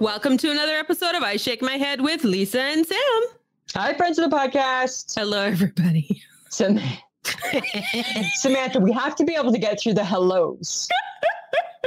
Welcome to another episode of I Shake My Head with Lisa and Sam. Hi, friends of the podcast. Hello, everybody. Sam- Samantha, we have to be able to get through the hellos.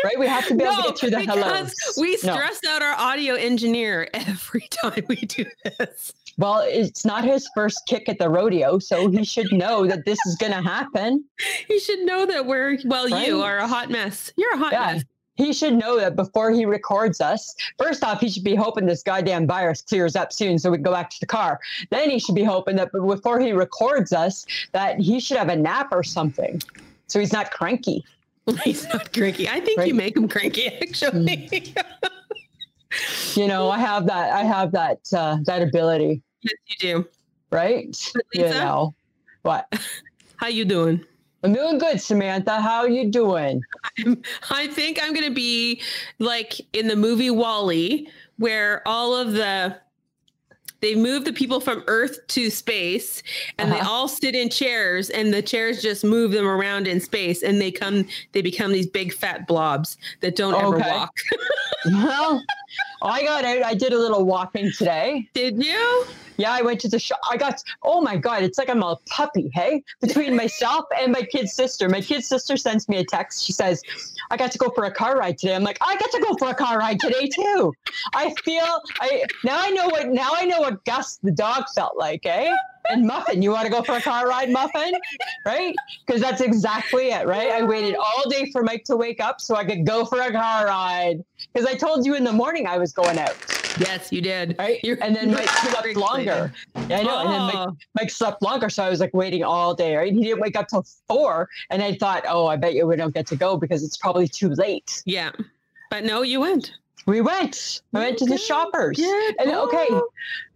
Right? We have to be able to get through the hellos. we No. stress out our audio engineer every time we do this. Well, it's not his first kick at the rodeo, so he should know that this is going to happen. You should know that we're, well, you Right. are a hot mess. You're a hot Yeah. mess. He should know that before he records us, first off, he should be hoping this goddamn virus clears up soon so we can go back to the car. Then he should be hoping that before he records us, that he should have a nap or something. So he's not cranky. He's not cranky. I think Right. Mm. you make him cranky, actually. You know, I have that I have that uh, that ability. yes, you do. right? But You Lisa- know what? How you doing? I'm doing good, Samantha. How you doing? I think I'm gonna be like in the movie Wally, where all of the they move the people from Earth to space, and they Uh-huh. all sit in chairs, and the chairs just move them around in space, and they come they become these big fat blobs that don't ever Okay. walk. well, I got out. I did a little walking today. Did you? Yeah, I went to the shop. I got. Oh my god, it's like I'm a puppy. Hey, between myself and my kid sister. My kid sister sends me a text. She says, "I got to go for a car ride today." I'm like, "I got to go for a car ride today too." I feel. I now I know what now I know what Gus the dog felt like. Eh. And Muffin, you want to go for a car ride, Muffin? Right? Because that's exactly it, right? I waited all day for Mike to wake up so I could go for a car ride. Because I told you in the morning I was going out, Yes, you did. right? You're- and then you're Mike slept excited. longer. Yeah, I know. And then Mike Oh, Mike slept longer, so I was like waiting all day. Right, he didn't wake up till four, and I thought, oh, I bet you we don't get to go because it's probably too late. yeah. But no, you went. We went. I went to the Okay. Oh. shoppers. And okay,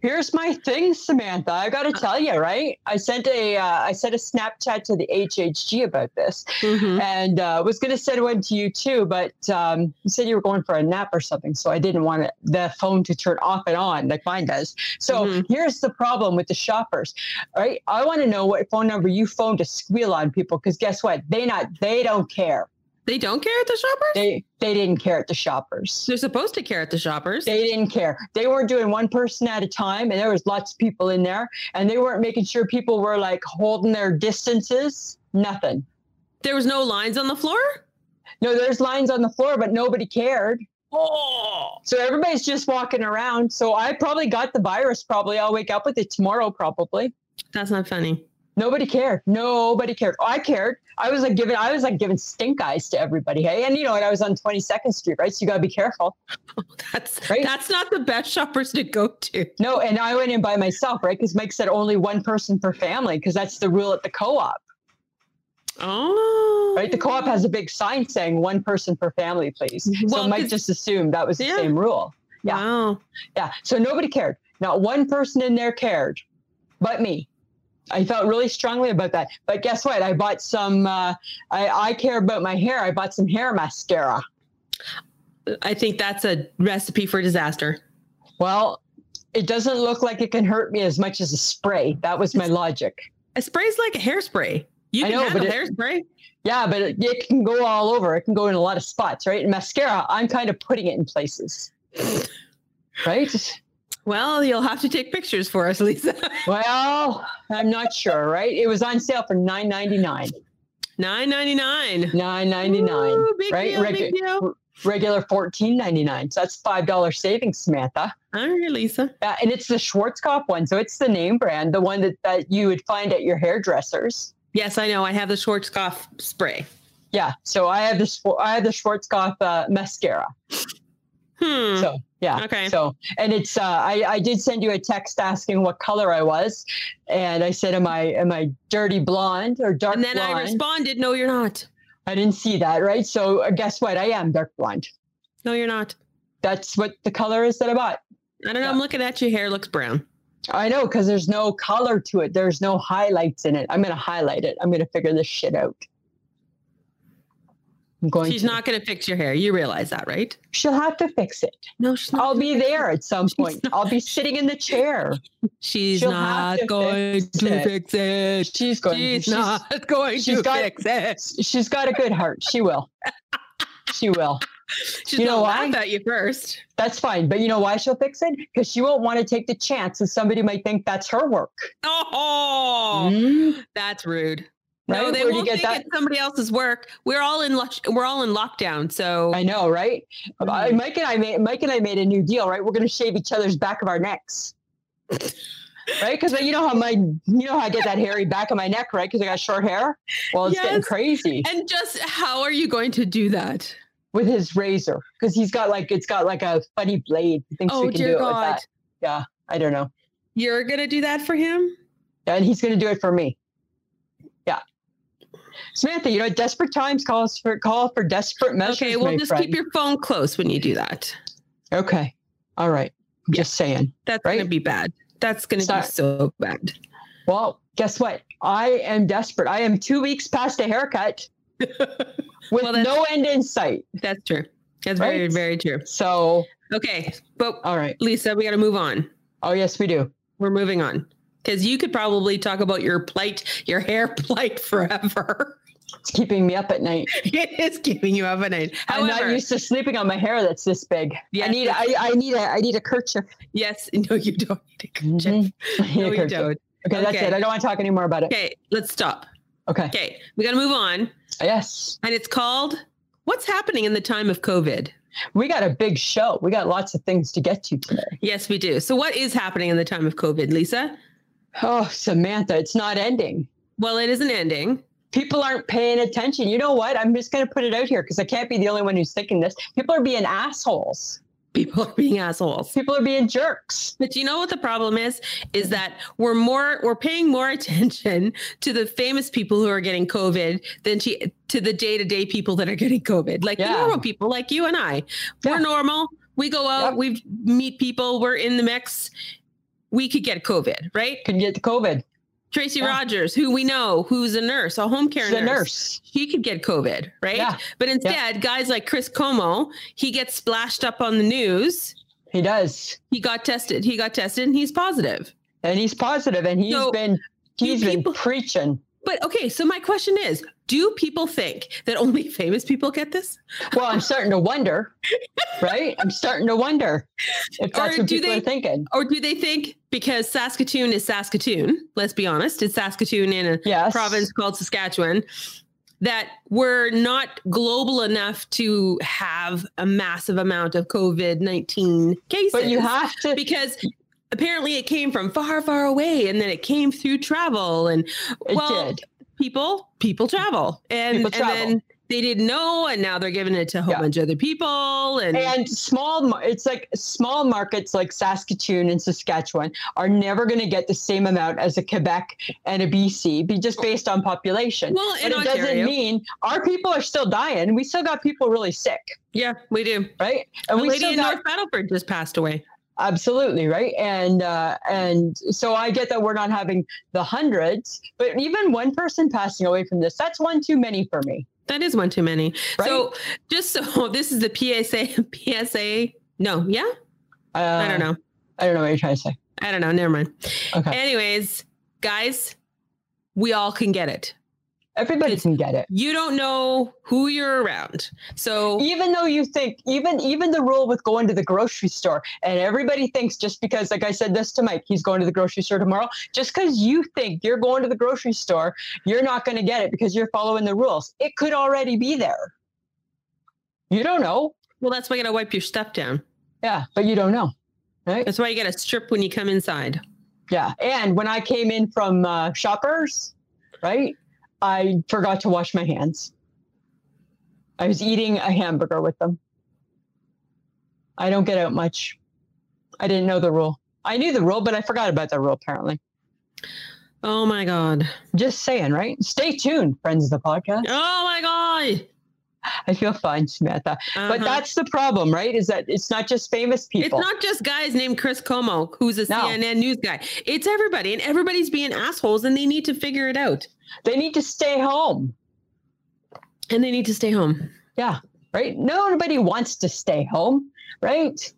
here's my thing, Samantha. I Uh. got to tell you, right? I sent a uh, I sent a Snapchat to the HHG about this, Mhm. and uh, was gonna send one to you too, but um, you said you were going for a nap or something, so I didn't want it, the phone to turn off and on like mine does. So Mhm. here's the problem with the shoppers, all right? I want to know what phone number you phone to squeal on people, because guess what? They not they don't care. They don't care at the shoppers. They they didn't care at the shoppers. They're supposed to care at the shoppers. They didn't care. They weren't doing one person at a time, and there was lots of people in there, and they weren't making sure people were like holding their distances. Nothing. there was no lines on the floor. No, there's lines on the floor, but nobody cared. Oh. So everybody's just walking around. So I probably got the virus. Probably I'll wake up with it tomorrow. Probably That's not funny. nobody cared. Nobody cared. I cared. I was like giving. I was like giving stink eyes to everybody. Hey, and you know, and I was on Twenty Second Street, right? So you gotta be careful. That's Right. that's not the best shoppers to go to. No, and I went in by myself, right? Because Mike said only one person per family, because that's the rule at the co-op, Oh. right? The co-op has a big sign saying one person per family, please. Well, so Mike 'cause- just assumed that was the Yeah. same rule. yeah. Wow. Yeah. So nobody cared. Not one person in there cared, but me. I felt really strongly about that. But guess what? I bought some. Uh, I I care about my hair. I bought some hair mascara. I think that's a recipe for disaster. Well, it doesn't look like it can hurt me as much as a spray. That was my logic. A spray's like a hairspray. You I can know, have but a it- hairspray. Yeah, but it, it can go all over. It can go in a lot of spots, right? And mascara, I'm kind of putting it in places. Right? Well, you'll have to take pictures for us, Lisa. Well, I'm not sure, right? It was on sale for nine ninety nine. Nine ninety nine. Nine ninety nine. Big right? deal. Regu- Big deal. regular fourteen ninety nine. So that's five dollars savings, Samantha. All right, Lisa. Uh, and it's the Schwarzkopf one, so it's the name brand, the one that, that you would find at your hairdressers. Yes, I know. I have the Schwarzkopf spray. Yeah. So I have the Schwa- I have the Schwarzkopf uh, mascara. Hmm. So Yeah. Okay. So, and it's uh, I I did send you a text asking what color I was, and I said, "Am I am I dirty blonde or dark and then blonde?" I responded, "No, you're not. I didn't see that, right? So uh, guess what? I am dark blonde. No, you're not. That's what the color is that I bought. I don't know. Yeah. I'm looking at you. Hair looks brown. I know because there's no color to it. There's no highlights in it. I'm gonna highlight it. I'm gonna figure this shit out. I'm going. She's to. not going to fix your hair. You realize that, right? She'll have to fix it. No, she's not. I'll be there at some point. not- I'll be sitting in the chair. She's She'll not have to going fix to it. fix it. She's going. to- She's she's- not going she's to got- fix it. She's got a good heart. She will. She will. She's You going to know laugh why? at you first. That's fine. But you know why she'll fix it? Because she won't want to take the chance that somebody might think that's her work. Oh, Mm, that's rude. right? No, they Where do you won't get think that? it's somebody else's work. We're all in lo- we're all in lockdown, so I know, right? Mhm. I- Mike and I made Mike and I made a new deal, right? We're going to shave each other's back of our necks, right? Because you know how my you know how I get that hairy back of my neck, right? Because I got short hair. Well, it's getting Yes. crazy and just how are you going to do that? with his razor because he's got like it's got like a funny blade. He thinks Oh we can dear do it with God, that. Yeah, I don't know, you're gonna do that for him? and he's going to do it for me. Yeah, Samantha, you know, desperate times calls for call for desperate measures. Okay, well my just friend. keep your phone close when you do that. Okay, all right. I'm just saying. That's Right? gonna be bad. That's gonna Sorry. be so bad. Well, guess what? I am desperate. I am two weeks past a haircut with Well, that's- no end in sight. That's true. That's very Right? very true. So, Okay, but all right. Lisa, we got to move on. Oh, yes, we do. We're moving on because you could probably talk about your plight, your hair plight forever. It's keeping me up at night. it is keeping you up at night. However, I'm not used to sleeping on my hair that's this big. Yes, I need I, I need a I need a kerchief. yes, no, you don't need a Mhm. kerchief. I need a No, you kerchief. don't. Okay, that's Okay. it. I don't want to talk anymore about it. Okay, let's stop. Okay. Okay, we got to move on, Yes. and it's called "What's Happening in the Time of COVID." We got a big show. We got lots of things to get to today. Yes, we do. So, what is happening in the time of COVID, Lisa? Oh, Samantha, it's not ending. Well, it isn't ending. people aren't paying attention. You know what? I'm just going to put it out here because I can't be the only one who's thinking this. People are being assholes. People are being assholes. People are being jerks. But you know what the problem is? Is that we're more we're paying more attention to the famous people who are getting COVID than to, to the day to day people that are getting COVID. Like Yeah. the normal people, like you and I, we're Yeah. normal. We go out, Yep. we meet people, we're in the mix. We could get COVID, right? Can get COVID. Tracy Yeah. Rogers, who we know, who's a nurse, a home care She's a nurse. nurse. He could get COVID, right? Yeah. But instead, guys like Chris Como, he gets splashed up on the news. He does, He got tested. He got tested and he's positive. and he's positive, and he's So, been you he's been people- preaching. But okay, so my question is do people think that only famous people get this? Well, I'm starting to wonder, right? I'm starting to wonder if that's Or what do people they- are thinking. Or do they think because Saskatoon is Saskatoon, let's be honest, it's Saskatoon in a Yes. province called Saskatchewan, that we're not global enough to have a massive amount of COVID 19 cases? But you have to Because apparently it came from far, far away and then it came through travel and it well, did. people people travel and, People travel. and then they didn't know and now they're giving it to a whole Yeah. bunch of other people and, And small, mar- it's like small markets like Saskatoon and Saskatchewan are never going to get the same amount as a Quebec and a BC, be just based on population. well but in it ontario doesn't mean our people are still dying. We still got people really sick, yeah we do right? And the we lady still in got north battleford just passed away absolutely right. And uh, and so I get that we're not having the hundreds, but even one person passing away from this, that's one too many for me, that is one too many right? so just so this is the psa psa no yeah uh, i don't know I don't know what you're trying to say. i don't know never mind Okay. anyways guys we all can get it Everybody can get it. you don't know who you're around so even though you think even even the rule with going to the grocery store and everybody thinks just because like i said this to mike he's going to the grocery store tomorrow just because you think you're going to the grocery store you're not going to get it because you're following the rules it could already be there you don't know well that's why you gotta wipe your stuff down yeah but you don't know right that's why you gotta strip when you come inside yeah and when i came in from uh, shoppers right i forgot to wash my hands i was eating a hamburger with them I don't get out much. I didn't know the rule. I knew the rule, but I forgot about that rule apparently. Oh my god. Just saying, right? Stay tuned, friends of the podcast. Oh my god. I feel fine, Samantha. Uh-huh. But that's the problem, right? Is that it's not just famous it's people. not just guys named Chris Como, who's a No. CNN news guy. It's everybody, and everybody's being assholes, and they need to figure it out, they need to stay home. and they need to stay home. Yeah, right? Nobody wants to stay home, right?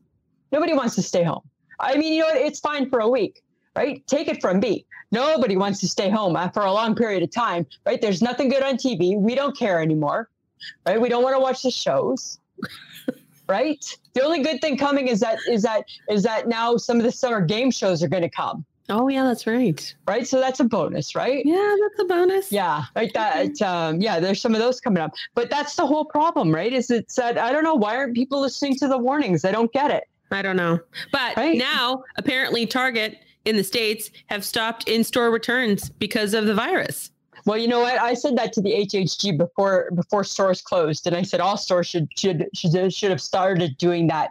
Nobody wants to stay home. I mean, you know what? It's fine for a week, right? Take it from me. Nobody wants to stay home uh, for a long period of time, right? There's nothing good on TV. We don't care anymore, right? We don't want to watch the shows. Right. The only good thing coming is that is that is that now some of the summer game shows are going to come. Oh yeah, that's right. Right. So that's a bonus, right? Yeah, that's a bonus. Yeah, like that. Um, yeah, there's some of those coming up, but that's the whole problem, right? Is it's that I don't know why aren't people listening to the warnings? I don't get it. I don't know, but Right. now apparently Target in the states have stopped in-store returns because of the virus. Well, you know what? I said that to the HHG before before stores closed, and I said all stores should should should, should have started doing that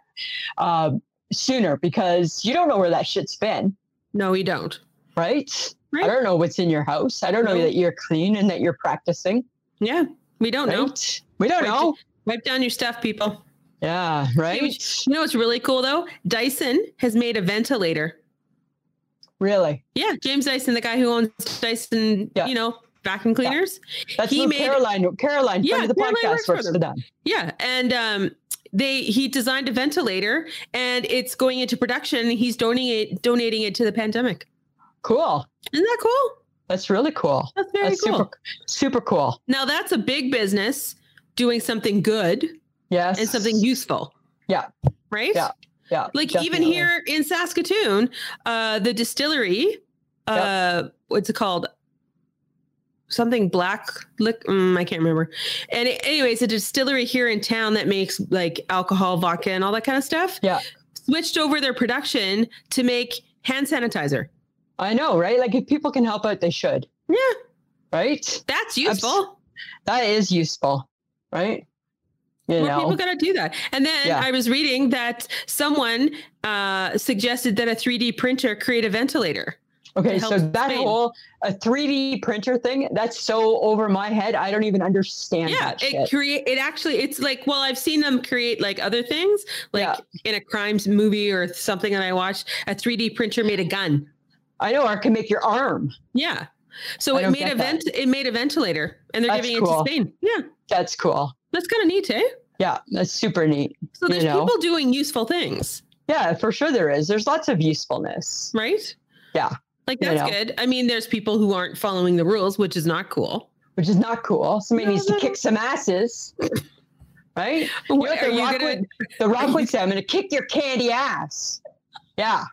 um, sooner because you don't know where that shit's been, No, we don't. right? Right. I don't know what's in your house. I don't know No. that you're clean and that you're practicing. Yeah, we don't Right? know. We don't Right. know. Wipe down your stuff, people. Yeah, right. You know what's really cool though? Dyson has made a ventilator. Really, Yeah, James Dyson, the guy who owns Dyson, Yeah. you know, vacuum cleaners. that's He what made- Caroline. Caroline, Yeah, friend of the Caroline works podcast, for works them. for them. Yeah, and um, they he designed a ventilator, and it's going into production. He's donating it, donating it to the pandemic. Cool. Isn't that cool? That's really cool. That's very That's cool. super super cool. Now that's a big business doing something good Yes. and something useful. Yeah. Right. Yeah, yeah. Like even definitely. here in Saskatoon, uh, the distillery, uh, what's it called? Something black, lick, mm, I can't remember. And it, anyways, a distillery here in town that makes like alcohol, vodka, and all that kind of stuff. Yeah. switched over their production to make hand sanitizer. I know, right? Like if people can help out, they should. Yeah, Right? that's useful. That is useful. Right? You More know. people gotta do that. And then Yeah. I was reading that someone uh, suggested that a 3D printer create a ventilator. okay, it so helps that Spain. whole a 3D printer thing, that's so over my head. I don't even understand yeah, that it shit. create it actually it's like well I've seen them create like other things like Yeah. in a crimes movie or something that I watched a 3D printer made a gun. I know, or it can make your arm. Yeah. So I it don't made get a that. vent it made a ventilator and they're That's giving cool. it to Spain. Yeah. That's cool. That's kind of neat, eh? Yeah, that's super neat. So You there's know. people doing useful things. Yeah, for sure there is. There's lots of usefulness. right? Yeah. Like You that's know. good. I mean, there's people who aren't following the rules, which is not cool. which is not cool. Somebody No, needs to no, no. kick some asses, right? What, know what are the you rock gonna? would- The Rock would say, "I'm going to kick your candy ass." Yeah,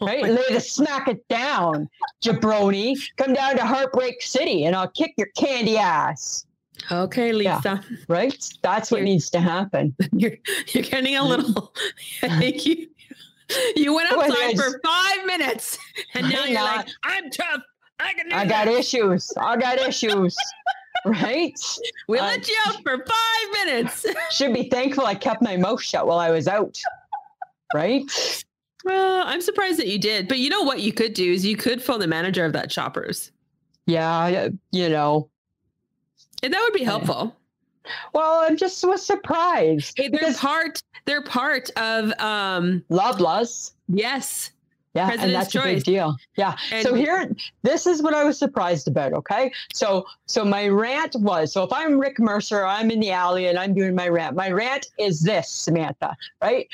Oh right. my- Lay to smack it down, jabroni. Come down to Heartbreak City, and I'll kick your candy ass. okay, Yeah. Lisa, Right? That's what You're- needs to happen. you're you're getting a little. I think you you went Go ahead, outside guys. for five minutes, and now I'm you're not. like, I'm tough. I can. Do I got this. issues. I got issues. Right? We I- let you out for five minutes. Should be thankful I kept my mouth shut while I was out. Right? well, I'm surprised that you did, but you know what you could do is you could phone the manager of that Shoppers, Yeah, yeah, you know. and that would be helpful. Well, I'm just was surprised. Hey, they're part. They're part of. um Loblaws. Yes. Yeah, and President's that's a choice. big deal. Yeah. And so here, this is what I was surprised about. Okay. So, so my rant was so if I'm Rick Mercer, I'm in the alley and I'm doing my rant. My rant is this, Samantha, right?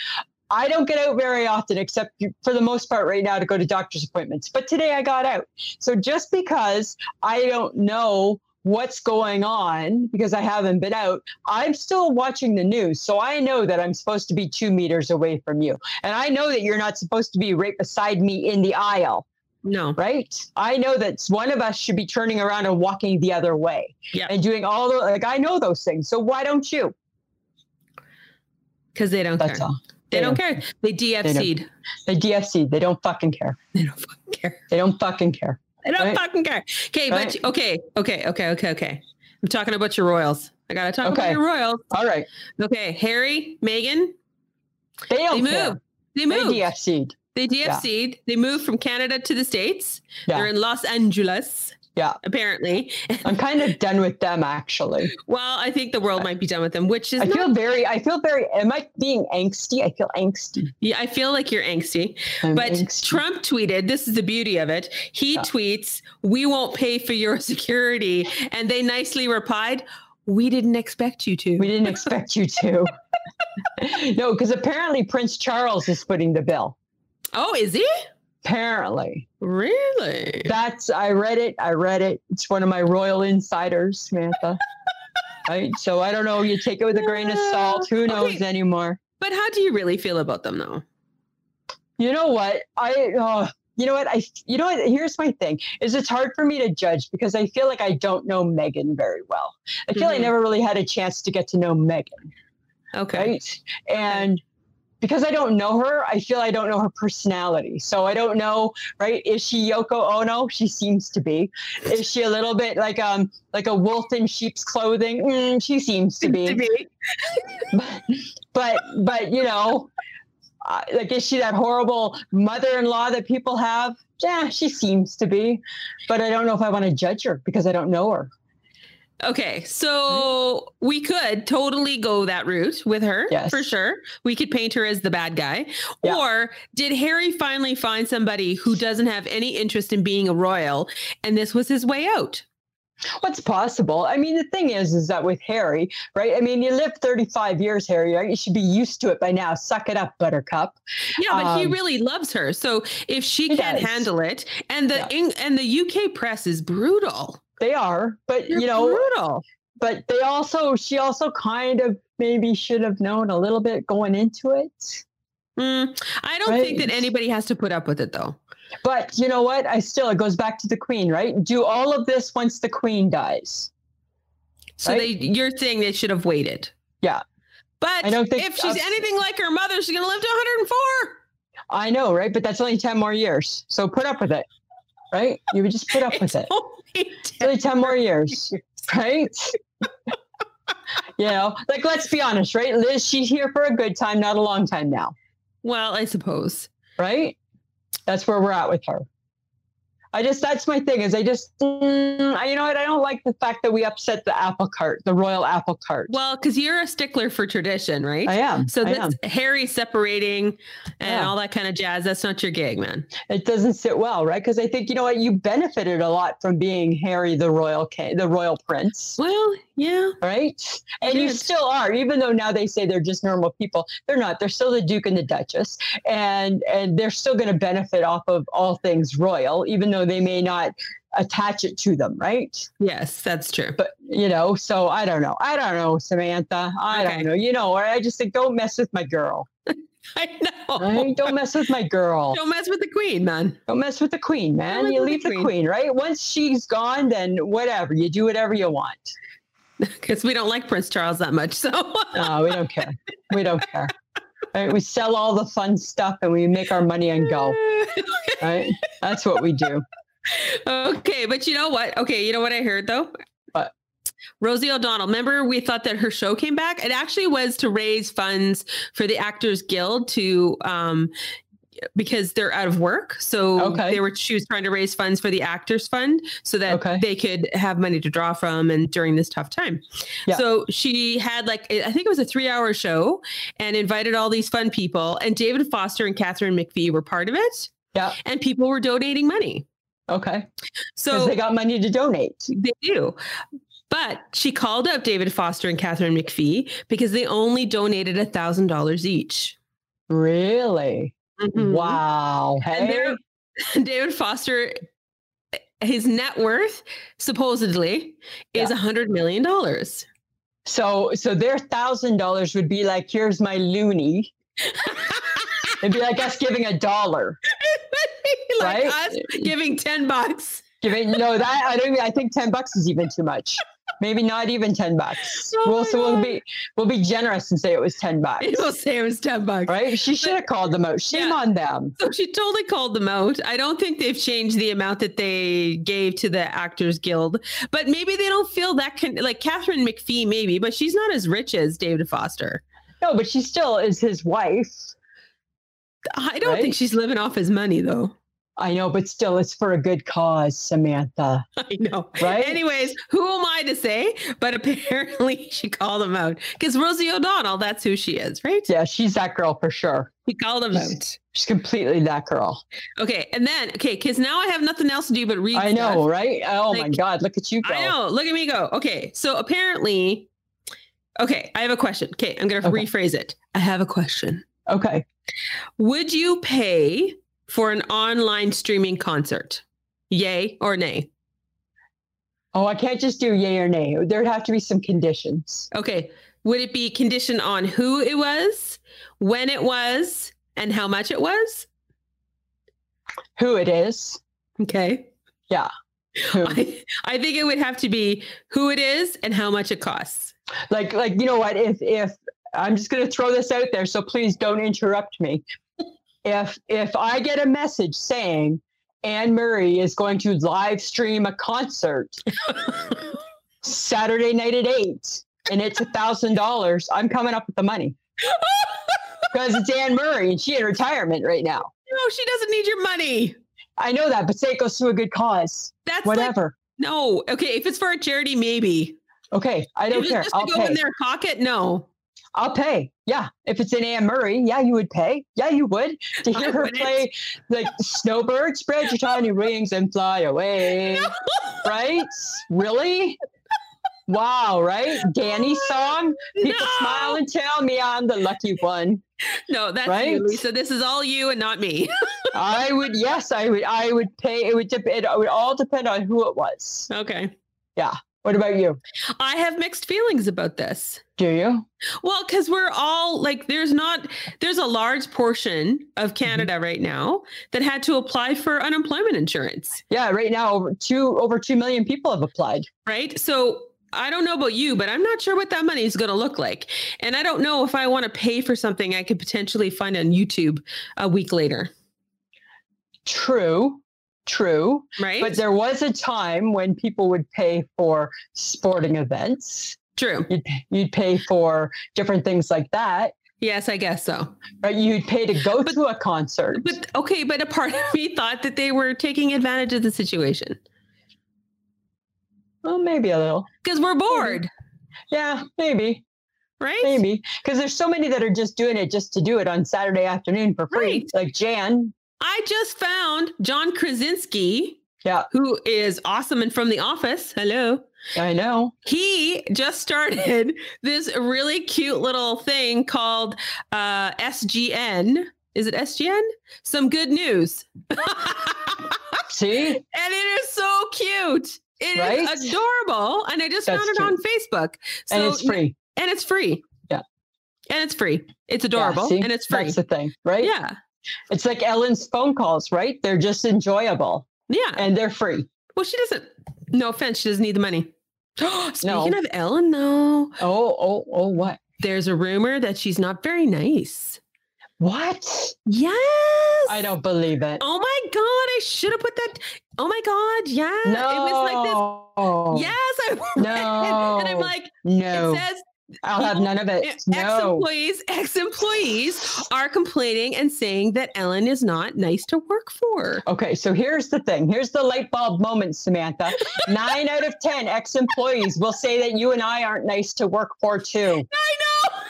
I don't get out very often, except for the most part right now to go to doctor's appointments. But today I got out. So just because I don't know what's going on because I haven't been out, I'm still watching the news. So I know that I'm supposed to be two meters away from you. And I know that you're not supposed to be right beside me in the aisle, no. right? I know that one of us should be turning around and walking the other way Yeah. and doing all the like, I know those things. So why don't you? Because they don't That's care. all. They, They don't care. They DFC'd. The DFC, they don't fucking care. They don't fucking care. They don't fucking care. They don't Right. fucking care. Okay, Right. but okay, okay, okay, okay, okay. I'm talking about your royals. I gotta talk about Okay. your royals. All right. Okay, Harry, Megan, They They don't move. care. They They moved. DFC'd. They DFC'd. They moved from Canada to the States. Yeah. They're in Los Angeles, Yeah. apparently. I'm kind of done with them actually. Well, I think the world might be done with them, which is I not- feel very I feel very am I being angsty? I feel angsty. yeah, I feel like you're angsty. I'm But angsty. Trump tweeted, this is the beauty of it. He Yeah. tweets, "We won't pay for your security." And they nicely replied, "We didn't expect you to." we didn't expect you to. no, because apparently Prince Charles is footing the bill. oh, is he? Apparently. Really? That's I read it. I read it. It's one of my royal insiders, Samantha. right? So I don't know. You take it with a grain of salt. Who knows Okay. anymore? But how do you really feel about them though? You know what? I oh, you know what? I you know what? Here's my thing: is it's hard for me to judge because I feel like I don't know Megan very well. I feel I Mhm. never really had a chance to get to know Megan, Okay. right? And because I don't know her, I feel I don't know her personality. So I don't know, right? Is she Yoko Ono? She seems to be. Is she a little bit like um like a wolf in sheep's clothing? Mm, she seems to be. But but, but you know, uh, like is she that horrible mother-in-law that people have? Yeah, she seems to be. But I don't know if I want to judge her because I don't know her. Okay, so we could totally go that route with her Yes. for sure. We could paint her as the bad guy. Yeah. Or did Harry finally find somebody who doesn't have any interest in being a royal and this was his way out? What's possible? I mean, the thing is, is that with Harry, right? I mean, you lived 35 years, Harry, right? You should be used to it by now. Suck it up, buttercup. Yeah, but he Um, really loves her. So if she He can't does. handle it and the Yeah. Eng- and the UK press is brutal. They are, but They're you know, brutal. but they also, she also kind of maybe should have known a little bit going into it. Mm, I don't think that Right. anybody has to put up with it though. But you know what? I still, it goes back to the queen, right? Do all of this once the queen dies. So Right? they you're saying they should have waited. Yeah. But I don't think if she's us- anything like her mother, she's gonna live to 104. I know, right? But that's only 10 more years. So put up with it, right? You would just put up with it. Only It's only 10 more years, right? you know, like let's be honest, right? Liz, she's here for a good time, not a long time now, Well, I suppose. right? That's where we're at with her. I just, that's my thing is I just, mm, I, you know what? I don't like the fact that we upset the apple cart, the royal apple cart. Well, because you're a stickler for tradition, right? I am. so I that's am. Harry separating and Yeah. all that kind of jazz. That's not your gig, man. It doesn't sit well, right? Because I think you know what you benefited a lot from being Harry the royal king, the royal prince. Well, yeah. right? And you did. still are, even though now they say they're just normal people. They're not. They're still the Duke and the Duchess, and and they're still going to benefit off of all things royal, even though they may not attach it to them, right? Yes, that's true. But you know, so I don't know. I don't know, Samantha. I Okay. don't know. You know, or I just think don't mess with my girl. I know. Right? Don't mess with my girl. Don't mess with the queen, man. Don't mess with the queen, man. mess You with the leave the queen. queen, right? Once she's gone, then whatever. You do whatever you want. Because we don't like Prince Charles that much. So No, we don't care. We don't care. Right? We sell all the fun stuff and we make our money and go. Right? That's what we do. okay, but you know what? Okay, you know what I heard though? What? Rosie O'Donnell, remember we thought that her show came back? It actually was to raise funds for the Actors Guild to um because they're out of work. So Okay. they were she was trying to raise funds for the Actors Fund so that Okay. they could have money to draw from and during this tough time. Yeah. So she had like I think it was a 3-hour show and invited all these fun people and David Foster and Catherine McPhee were part of it. Yeah. And people were donating money. Okay. Because So they got money to donate. they do. But she called up David Foster and Catherine McPhee because they only donated a thousand dollars each. Really? Mm-hmm. Wow. Mm-hmm. And Hey. they're- David Foster, his net worth supposedly is a hundred million dollars. So so their thousand dollars would be like, here's my loony. It'd be like us giving a dollar. like Right? us giving ten bucks. Giving no that I don't I think ten bucks is even too much. Maybe not even ten bucks. Oh we'll my so we'll God. be we'll be generous and say it was ten bucks. People say it was ten bucks. right? She should have called them out. Shame Yeah. on them. So she totally called them out. I don't think they've changed the amount that they gave to the Actors Guild, but maybe they don't feel that con- like Catherine McPhee, maybe, but she's not as rich as David Foster. No, but she still is his wife, I don't Right? think she's living off his money though. I know, but still, it's for a good cause, Samantha. I know. Right? Anyways, who am I to say? But apparently she called him out because Rosie O'Donnell, that's who she is, right? Yeah, she's that girl for sure. She called him out. She's completely that girl. Okay. And then, okay, because now I have nothing else to do but read. I stuff. know, right? Oh my Like, God, look at you go. I know. Look at me go. Okay. So apparently, okay, I have a question. Okay. I'm going to Okay. rephrase it. I have a question. Okay. Would you pay for an online streaming concert? Yay or nay? Oh, I can't just do yay or nay. There'd have to be some conditions. Okay. Would it be conditioned on who it was, when it was, and how much it was? Who it is? Okay. Who? I, I think it would have to be who it is and how much it costs. like, like you know what? If if I'm just gonna throw this out there, so please don't interrupt me. If if I get a message saying Anne Murray is going to live stream a concert Saturday night at eight, and it's a thousand dollars, I'm coming up with the money because it's Anne Murray and she in retirement right now. No, she doesn't need your money. I know that, but say it goes to a good cause. That's like Whatever. No. Okay. If it's for a charity, maybe. Okay, I If don't it's care. just to I'll go pay. in their pocket, no. I'll pay. Yeah, if it's in Anne Murray, yeah, you would pay. Yeah, you would to I hear her wouldn't. play like "Snowbird, spread your tiny wings and fly away." Right? Really? Wow! Right? Danny's song. People no. smile and tell me I'm the lucky one. No, that's Right? you, Lisa. This is all you and not me. I would. Yes, I would. I would pay. It would. Dep- it would all depend on who it was. Okay. What about you? I have mixed feelings about this. Do you? Well, because we're all like, there's not, there's a large portion of Mm-hmm. Canada right now that had to apply for unemployment insurance, Yeah. Right now, over two over two million people have applied. right? So I don't know about you, but I'm not sure what that money is going to look like. And I don't know if I want to pay for something I could potentially find on YouTube a week later, True. True. right? But there was a time when people would pay for sporting events. True. You'd, you'd pay for different things like that. Yes, I guess so. Right? You'd pay to go to a concert. But okay, but a part of me thought that they were taking advantage of the situation well, Oh, maybe a little. because we're bored, Yeah, maybe, right? maybe. Because there's so many that are just doing it just to do it on Saturday afternoon for free. Right. Like Jan. I just found John Krasinski, Yeah, who is awesome and from The Office. Hello. I know. He just started this really cute little thing called uh, SGN. Is it SGN? Some good news. See? And it is so cute. It is Right? adorable. And I just That's found it on Facebook. So and it's free. and it's free. Yeah. And it's free. It's Yeah, adorable see? and it's free. That's the thing, right? Yeah. It's like Ellen's phone calls, right? They're just enjoyable Yeah. and they're free. Well, she doesn't, no offense, she doesn't need the money. Speaking No. of Ellen, though, Oh, oh, oh, what? there's a rumor that she's not very nice. What? Yes. I don't believe it. Oh my God. I should have put that. Oh my God. Yeah. No. It was like this. Yes. I read it, And I'm No. like, No. it says I'll have none of it. ex No. employees, ex employees are complaining and saying that Ellen is not nice to work for. Okay, so here's the thing. Here's the light bulb moment, Samantha. Nine out of 10 ex employees will say that you and I aren't nice to work for, too. I know.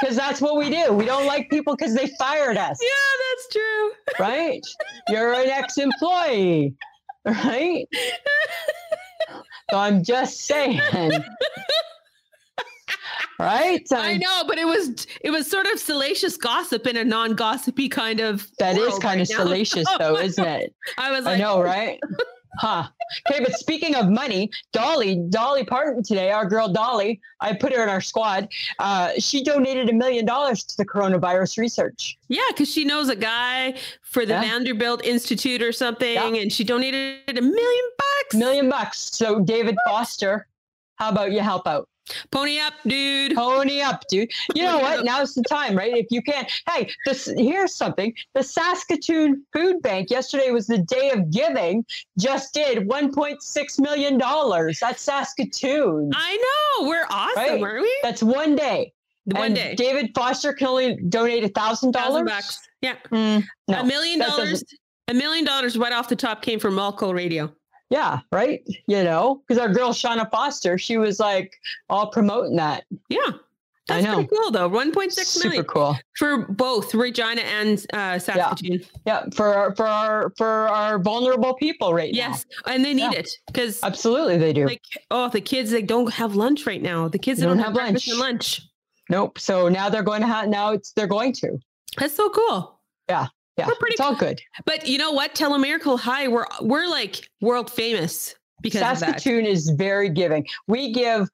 Because that's what we do. We don't like people because they fired us, Yeah, that's true. right? You're an ex employee, right? So I'm just saying. Right? I I'm- know, but it was it was sort of salacious gossip in a non-gossipy kind of That is world kind of right now. salacious, though, isn't it? I was I like, know, right? huh. Okay, but speaking of money, Dolly, Dolly Parton today, our girl Dolly, I put her in our squad. Uh, she donated a million dollars to the coronavirus research. yeah, because she knows a guy for the Yeah. Vanderbilt Institute or something, Yeah. and she donated a million bucks. Million bucks. So David Foster, how about you help out? Pony up, dude. Pony up, dude. You know what? Now's the time, right? If you can. Hey, this here's something. The Saskatoon Food Bank yesterday was the day of giving. Just did 1.6 million dollars. That's Saskatoon. I know we're awesome, Right. aren't we? That's one day. One and day. David Foster can only donate a thousand Thousand dollars. bucks. Yeah. Mm, no. a million that doesn't- dollars. A million dollars right off the top came from Malco Radio. Yeah, right. You know, because our girl Shauna Foster, she was like all promoting that. Yeah. I That's know. pretty cool though. 1.6 Super million cool. for both Regina and uh, Saskatoon. Yeah, for our- for our for our vulnerable people right now. Yes. And they need Yeah. Uh, it because, absolutely, they do. like, oh, the kids, they don't have lunch right now. The kids they don't, have, breakfast and lunch. nope. So now they're going to have. Now it's they're going to. That's so cool. Yeah, We're pretty it's all good. But you know what? Telemiracle High, we're we're like world famous because of that. Saskatoon is very giving. We give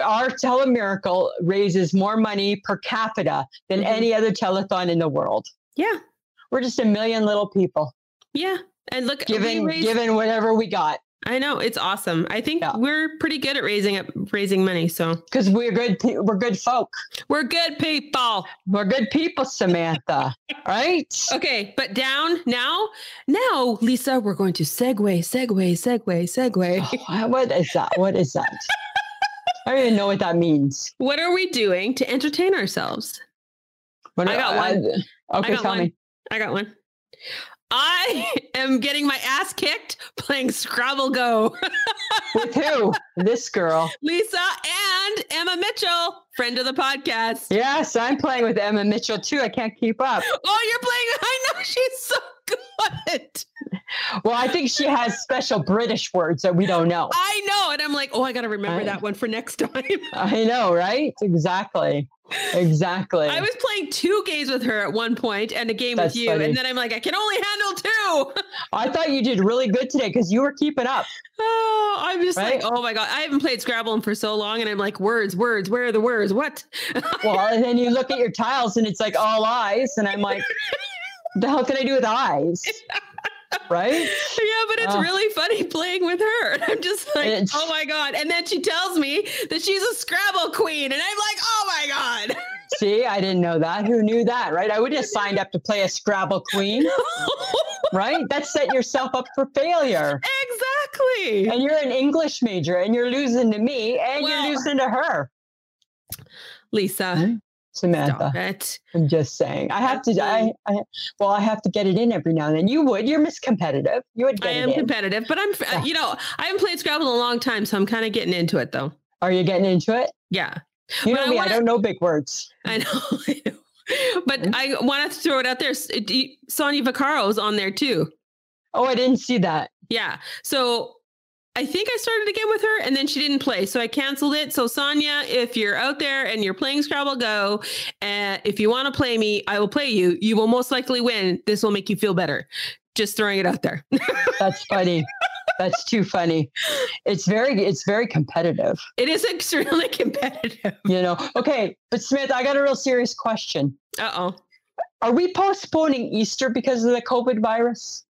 our telemiracle raises more money per capita than Mhm. any other telethon in the world. Yeah. We're just a million little people Yeah. And look, we giving raised- giving whatever we got I know it's awesome. I think Yeah. we're pretty good at raising up raising money. So because we're good. pe- We're good folk. we're good people. We're good people, Samantha. right? Okay, but down now, now, Lisa, we're going to segue, segue, segue, segue. Oh, what is that? What is that? I don't even know what that means. What are we doing to entertain ourselves? What I got one. okay, I got tell one. me. I got one. I am getting my ass kicked playing Scrabble Go. With who? this girl. Lisa and Emma Mitchell, friend of the podcast. Yes, I'm playing with Emma Mitchell too. I can't keep up. Oh, you're playing. I know she's so good. Well, I think she has special British words that we don't know. I know. And I'm like, oh, I got to remember I- that one for next time. I know, right? Exactly. Exactly. I was playing two games with her at one point and a game That's with you. funny. And then I'm like, I can only handle two. I thought you did really good today because you were keeping up. Oh, I'm just like, Right? oh my God. I haven't played Scrabble in for so long. And I'm like, words, words, where are the words? What? Well, and then you look at your tiles and it's like all eyes. And I'm like, the hell can I do with eyes? Right? Yeah, but it's Oh. really funny playing with her. And I'm just like, It's- oh my God. And then she tells me that she's a Scrabble queen. And I'm like, oh my God. See, I didn't know that. Who knew that, right? I would have signed up to play a Scrabble Queen, right? That's setting yourself up for failure. exactly. And you're an English major and you're losing to me and Well- you're losing to her, Lisa, Samantha. stop it. I'm just saying. I have to. I, I well, I have to get it in every now and then. You would. You're miss competitive. You would I get am it in. competitive, but I'm, uh, Yeah. you know, I haven't played Scrabble in a long time. So I'm kind of getting into it though. Are you getting into it? Yeah. But You know I me. I wanna- don't know big words. I know. I know. But Mm. I want to throw it out there. S- uh, do you- Sonia Vaccaro's on there too. Oh, I didn't see that. Yeah. So I think I started again with her and then she didn't play. So I canceled it. So Sonia, if you're out there and you're playing Scrabble Go, uh, if you want to play me, I will play you. You will most likely win. This will make you feel better. Just throwing it out there. That's funny. That's too funny. It's very. It's very competitive. It is extremely competitive. You know. Okay, but Smith, I got a real serious question. Uh oh. Are we postponing Easter because of the COVID virus?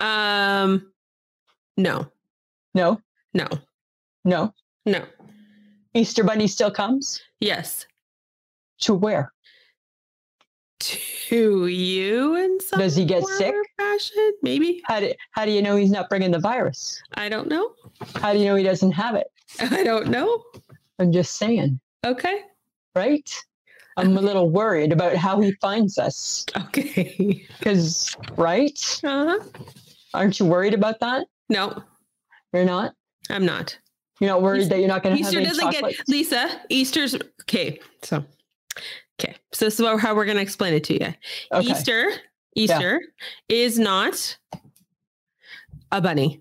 Um, no, No, no, no. no. Easter Bunny still comes Yes. to where? To you and some Does he get form sick? or Fashion, maybe. How do How do you know he's not bringing the virus? I don't know. How do you know he doesn't have it? I don't know. I'm just saying. Okay. right? I'm a little worried about how he finds us Okay. because, right? Uh-huh. Aren't you worried about that? No, You're not. I'm not. You're not worried Eas- that you're not going to have Easter any doesn't chocolate. get Lisa. Easter's okay. So, okay. So this is about how we're going to explain it to you. okay. Easter, Easter is not a bunny,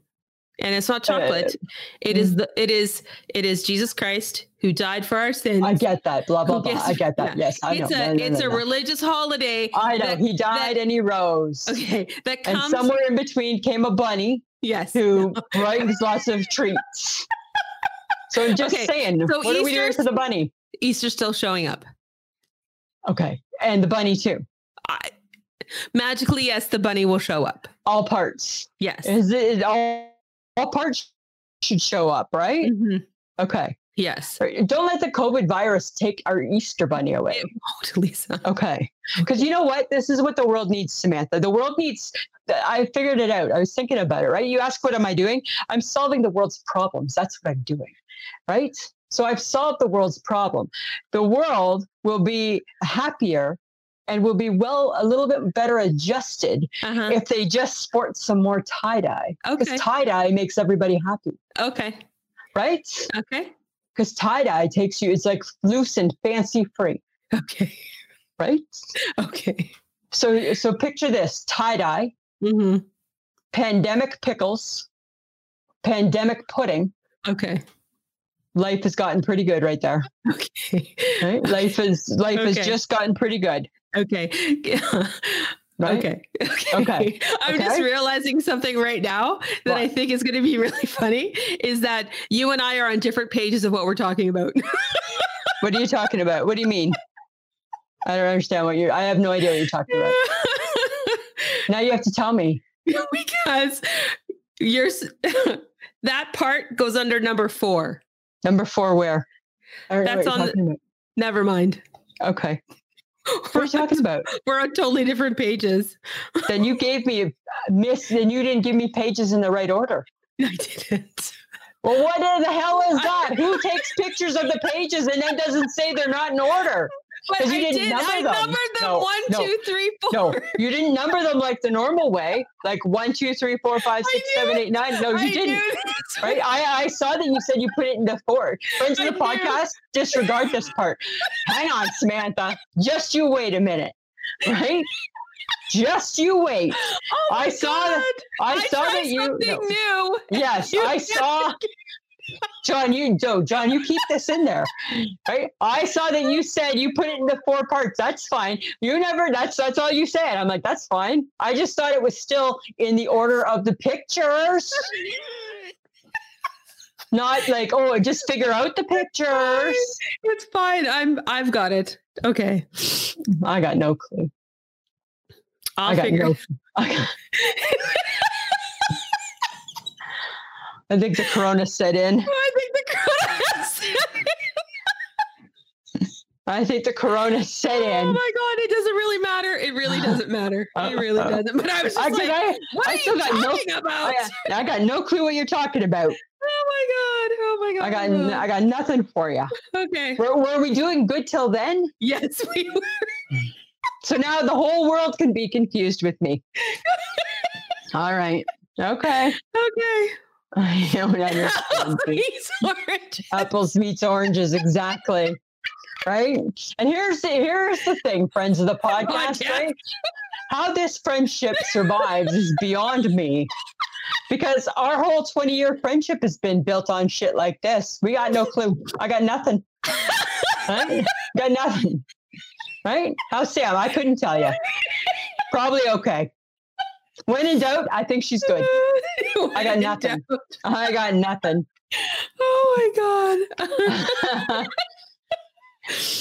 and it's not Uh, chocolate. it is the. It is. It is Jesus Christ who died for our sins. I get that. Blah blah Who blah. gets- I get that. yeah. Yes, I it's know. a. No, no, it's no, a no. religious holiday. I know. that- he died and he rose. okay. That And comes. somewhere in between came a bunny yes. who brings lots of treats. So I'm just Okay, saying, so what are we doing Easter's- for the bunny? Easter's still showing up. Okay, and the bunny too. I, magically, yes, the bunny will show up. All parts. Yes. Is it all? All parts should show up, right? Mhm. Okay. Yes. Right, Don't let the COVID virus take our Easter bunny away. It won't, Oh, Lisa. Okay. Because you know what? This is what the world needs, Samantha. The world needs, I figured it out. I was thinking about it, right? You ask, what am I doing? I'm solving the world's problems. That's what I'm doing, right? So I've solved the world's problem. The world will be happier and will be well a little bit better adjusted Uh-huh. if they just sport some more tie dye. Because Okay. tie dye makes everybody happy, Okay. right? Okay. Because tie dye takes you, it's like loose and fancy free, Okay. right? Okay. So so picture this tie dye, hmm pandemic pickles, pandemic pudding. Okay. Life has gotten pretty good right there. Okay. Right? Life is life has Okay. just gotten pretty good. Okay. Right? Okay. Okay. Okay. I'm just Okay. realizing something right now that I What? think is going to be really funny is that you and I are on different pages of what we're talking about. What are you talking about? What do you mean? I don't understand what you're I have no idea what you're talking about. Now you have to tell me. because you're s- that part goes under number 4. Number four where? I don't That's know what on you're the- talking Never mind. about. Okay. What are We're, you talking about? we're on totally different pages. then you gave me a miss then you didn't give me pages in the right order. I didn't. Well, what in the hell is that? Who takes pictures of the pages and then doesn't say they're not in order? But I 'Cause you didn't did. number I them. numbered them No, one, no, two, three, four. No, you didn't number them like the normal way, like one, two, three, four, five, I six, knew seven, it. eight, nine. No, I you knew didn't. this. Right? I, I saw that you said you put it in the four. Friends of I the knew. podcast, disregard this part. Hang on, Samantha. Just you wait a minute. Right? Just you wait. Oh I my saw that- God. I, I saw tried that you. something no. new. Yes, You I just- saw. John, you Joe, John, you keep this in there, right? I saw that you said you put it into four parts. That's fine. You never. That's that's all you said. I'm like, that's fine. I just thought it was still in the order of the pictures, not like oh, just figure out the pictures. It's fine. I'm. I've got it. Okay. I got no clue. I'll I got figure. no. it. I, got- I think the corona set in. I think the corona. I think the corona set Oh my in. god! It doesn't really matter. It really doesn't matter. It really doesn't. But I was just Uh, I, like, I, what I are still you got no- oh, talking about? I, I got no clue what you're talking about. Oh my god! Oh my god! I got n- I got nothing for you. okay. Were, were we doing good till then? Yes, we were. So now the whole world can be confused with me. All right. Okay. Okay. I don't understand. you. Please, orange. Apples meets oranges, exactly. Right? And here's the here's the thing, friends of the podcast, Podcast. right? How this friendship survives is beyond me. Because our whole 20 year friendship has been built on shit like this. We got no clue. I got nothing. Right? Got nothing. Right? How Sam? I couldn't tell you. Probably okay. When in doubt, I think she's good. I got nothing. I got nothing. Oh my god!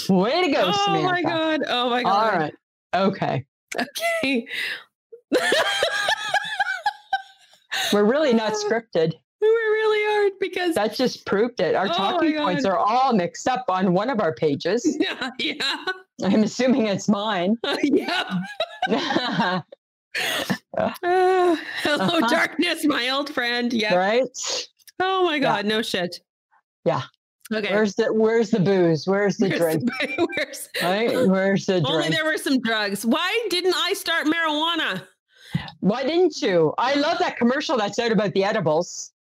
Way to go, oh Samantha. my god! Oh my All god! right. Okay. Okay. We're really not Oh. scripted. we really are because That just proved it. Our Oh my talking points God. are all mixed up on one of our pages. yeah, yeah, I'm assuming it's mine. yeah. right? Uh, hello, Uh-huh. darkness, my old friend. Yeah. Oh my Yeah. god! No shit. Yeah. Okay. Where's the where's the booze? Where's the Where's- drink? where's- Right? Where's the Only drink? there were some drugs. Why didn't I start marijuana? Why didn't you? I love that commercial that's out about the edibles.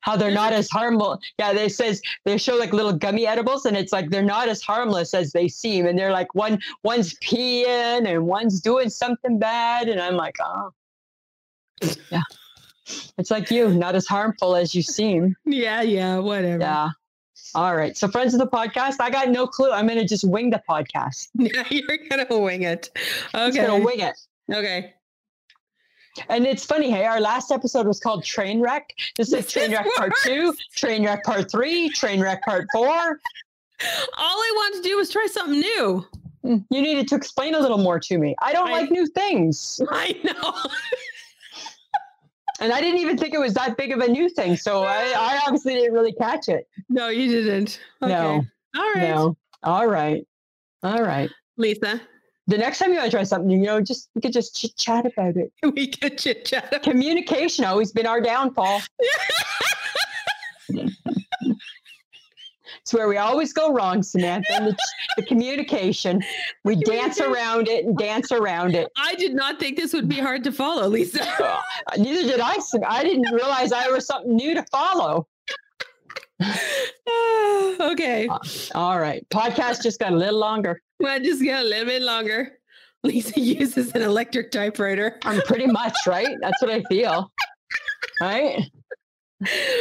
How they're not as harmful. Yeah, they says they show like little gummy edibles, and it's like they're not as harmless as they seem. And they're like one one's peeing and one's doing something bad, and I'm like, oh, yeah. It's like you, not as harmful as you seem. Yeah, yeah, whatever. Yeah. All right. So, friends of the podcast, I got no clue. I'm gonna just wing the podcast. Yeah, you're gonna wing it. I'm just Okay. gonna wing it. okay. And it's funny, hey, our last episode was called Train Wreck. This is This Train is Wreck Part Two, Train Wreck Part Three, Train Wreck Part Four. All I wanted to do was try something new. Mm, You needed to explain a little more to me. I don't I- like new things, I know. and I didn't even think it was that big of a new thing. So I, I obviously didn't really catch it. No, you didn't. Okay. No, All right, no. All right, all right. Lisa. The next time you want to try something, you know, just we could just chit chat about it. We can chit chat. Communication always been our downfall. It's where we always go wrong, Samantha. and the, the communication. We dance around it and dance around it. I did not think this would be hard to follow, Lisa. Uh, Neither did I. Sam- I didn't realize I was something new to follow. Uh, okay. All right. Podcast just got a little longer. Well, just get a little bit longer. Lisa uses an electric typewriter. I'm pretty much right. That's what I feel. Right?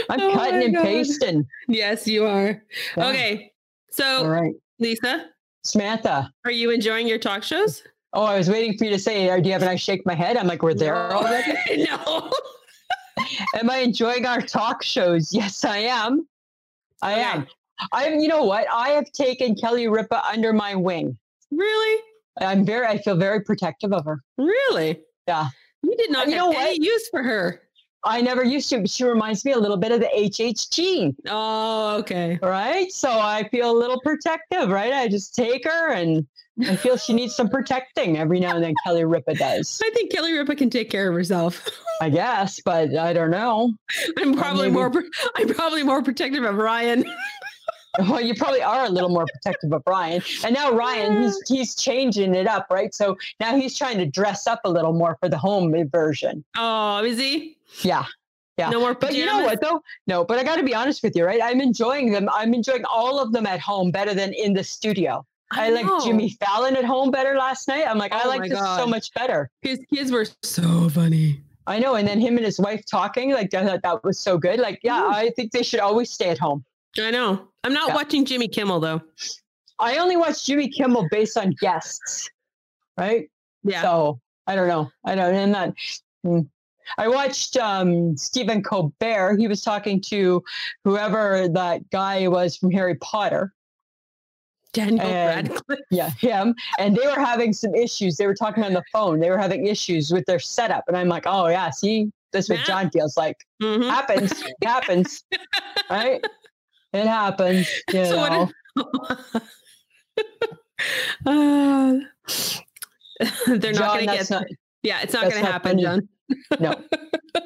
I'm Oh cutting my and God. pasting. Yes, you are. Yeah. Okay. All So, right. Lisa, Samantha. are you enjoying your talk shows? Oh, I was waiting for you to say, "Oh, do you have? And I shake my head. I'm like, we're there already. no. Am I enjoying our talk shows? Yes, I am. I Okay. am. I'm. You know what? I have taken Kelly Ripa under my wing. Really? I'm very. I feel very protective of her. Really? Yeah. You did not You have know any use for her. I never used to. But she reminds me a little bit of the HHG, Oh, okay. right? So I feel a little protective, right? I just take her, and I feel she needs some protecting every now and then. Kelly Ripa does, I think Kelly Ripa can take care of herself. I guess, but I don't know. I'm probably maybe- more pro- I'm probably more protective of Ryan. Well, you probably are a little more protective of Ryan. And now Ryan, he's he's changing it up, right? So now he's trying to dress up a little more for the home version. Oh, is he? Yeah. Yeah. No more But pajamas. you know what though? No, but I gotta be honest with you, right? I'm enjoying them. I'm enjoying all of them at home better than in the studio. I, know. like Jimmy Fallon at home better last night. I'm like, I Oh like my this so God. much better. His kids were so funny. I know. And then him and his wife talking, like I thought that was so good. Like, yeah, Mm. I think they should always stay at home. I know. I'm not Yeah. watching Jimmy Kimmel though. I only watch Jimmy Kimmel based on guests, right? Yeah. So I don't know. I don't. I'm not. mm. I watched um, Stephen Colbert. He was talking to whoever that guy was from Harry Potter. Daniel and- Radcliffe. Yeah, him. And they were having some issues. They were talking on the phone. They were having issues with their setup. And I'm like, oh yeah, see, that's what Yeah. John feels like. Mhm. Happens. It happens. Right. It happens. You So what know. Uh, they're not John, going to that's get. yeah, it's not going that's to not happen, funny. John. not- no.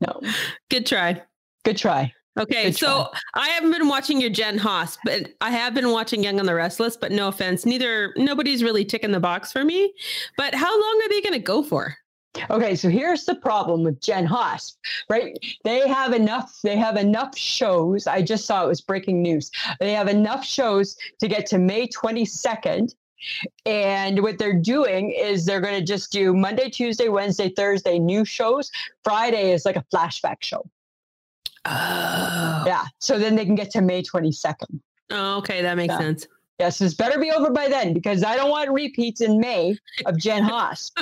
No. Good try. Good try. Okay, Good so I haven't been watching your Jen Haas, but I have been watching Young and the Restless. But no offense, neither nobody's really ticking the box for me. But how long are they going to go for? Okay, so here's the problem with Jen Haas, right? They have enough. They have enough shows. I just saw it was breaking news. They have enough shows to get to May 22nd, and what they're doing is they're going to just do Monday, Tuesday, Wednesday, Thursday new shows. Friday is like a flashback show. Oh, Yeah, so then they can get to May 22nd. okay, that makes Yeah. sense. Yes, this better be over by then because I don't want repeats in May of Jen Haas,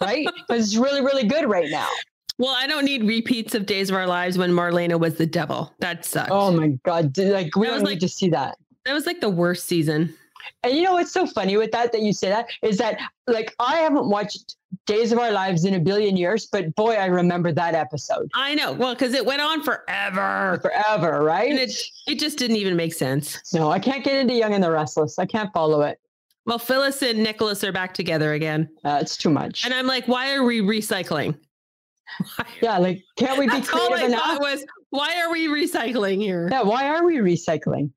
right? Because it's really, really good right now. Well, I don't need repeats of Days of Our Lives when Marlena was the devil. That sucked. Oh my God, dude, like we That was don't like- need to see that. that was like the worst season. And you know what's so funny with that that you say that is that like I haven't watched Days of Our Lives in a billion years, but boy, I remember that episode I know. Well, because it went on forever. forever, And right? it, it just didn't even make sense. No, I can't get into Young and the Restless. I can't follow it. Well, Phyllis and Nicholas are back together again. Uh, it's too much. And I'm like, why are we recycling? yeah, like can't we be That's all creative I enough? thought was, why are we recycling here? Yeah, why are we recycling?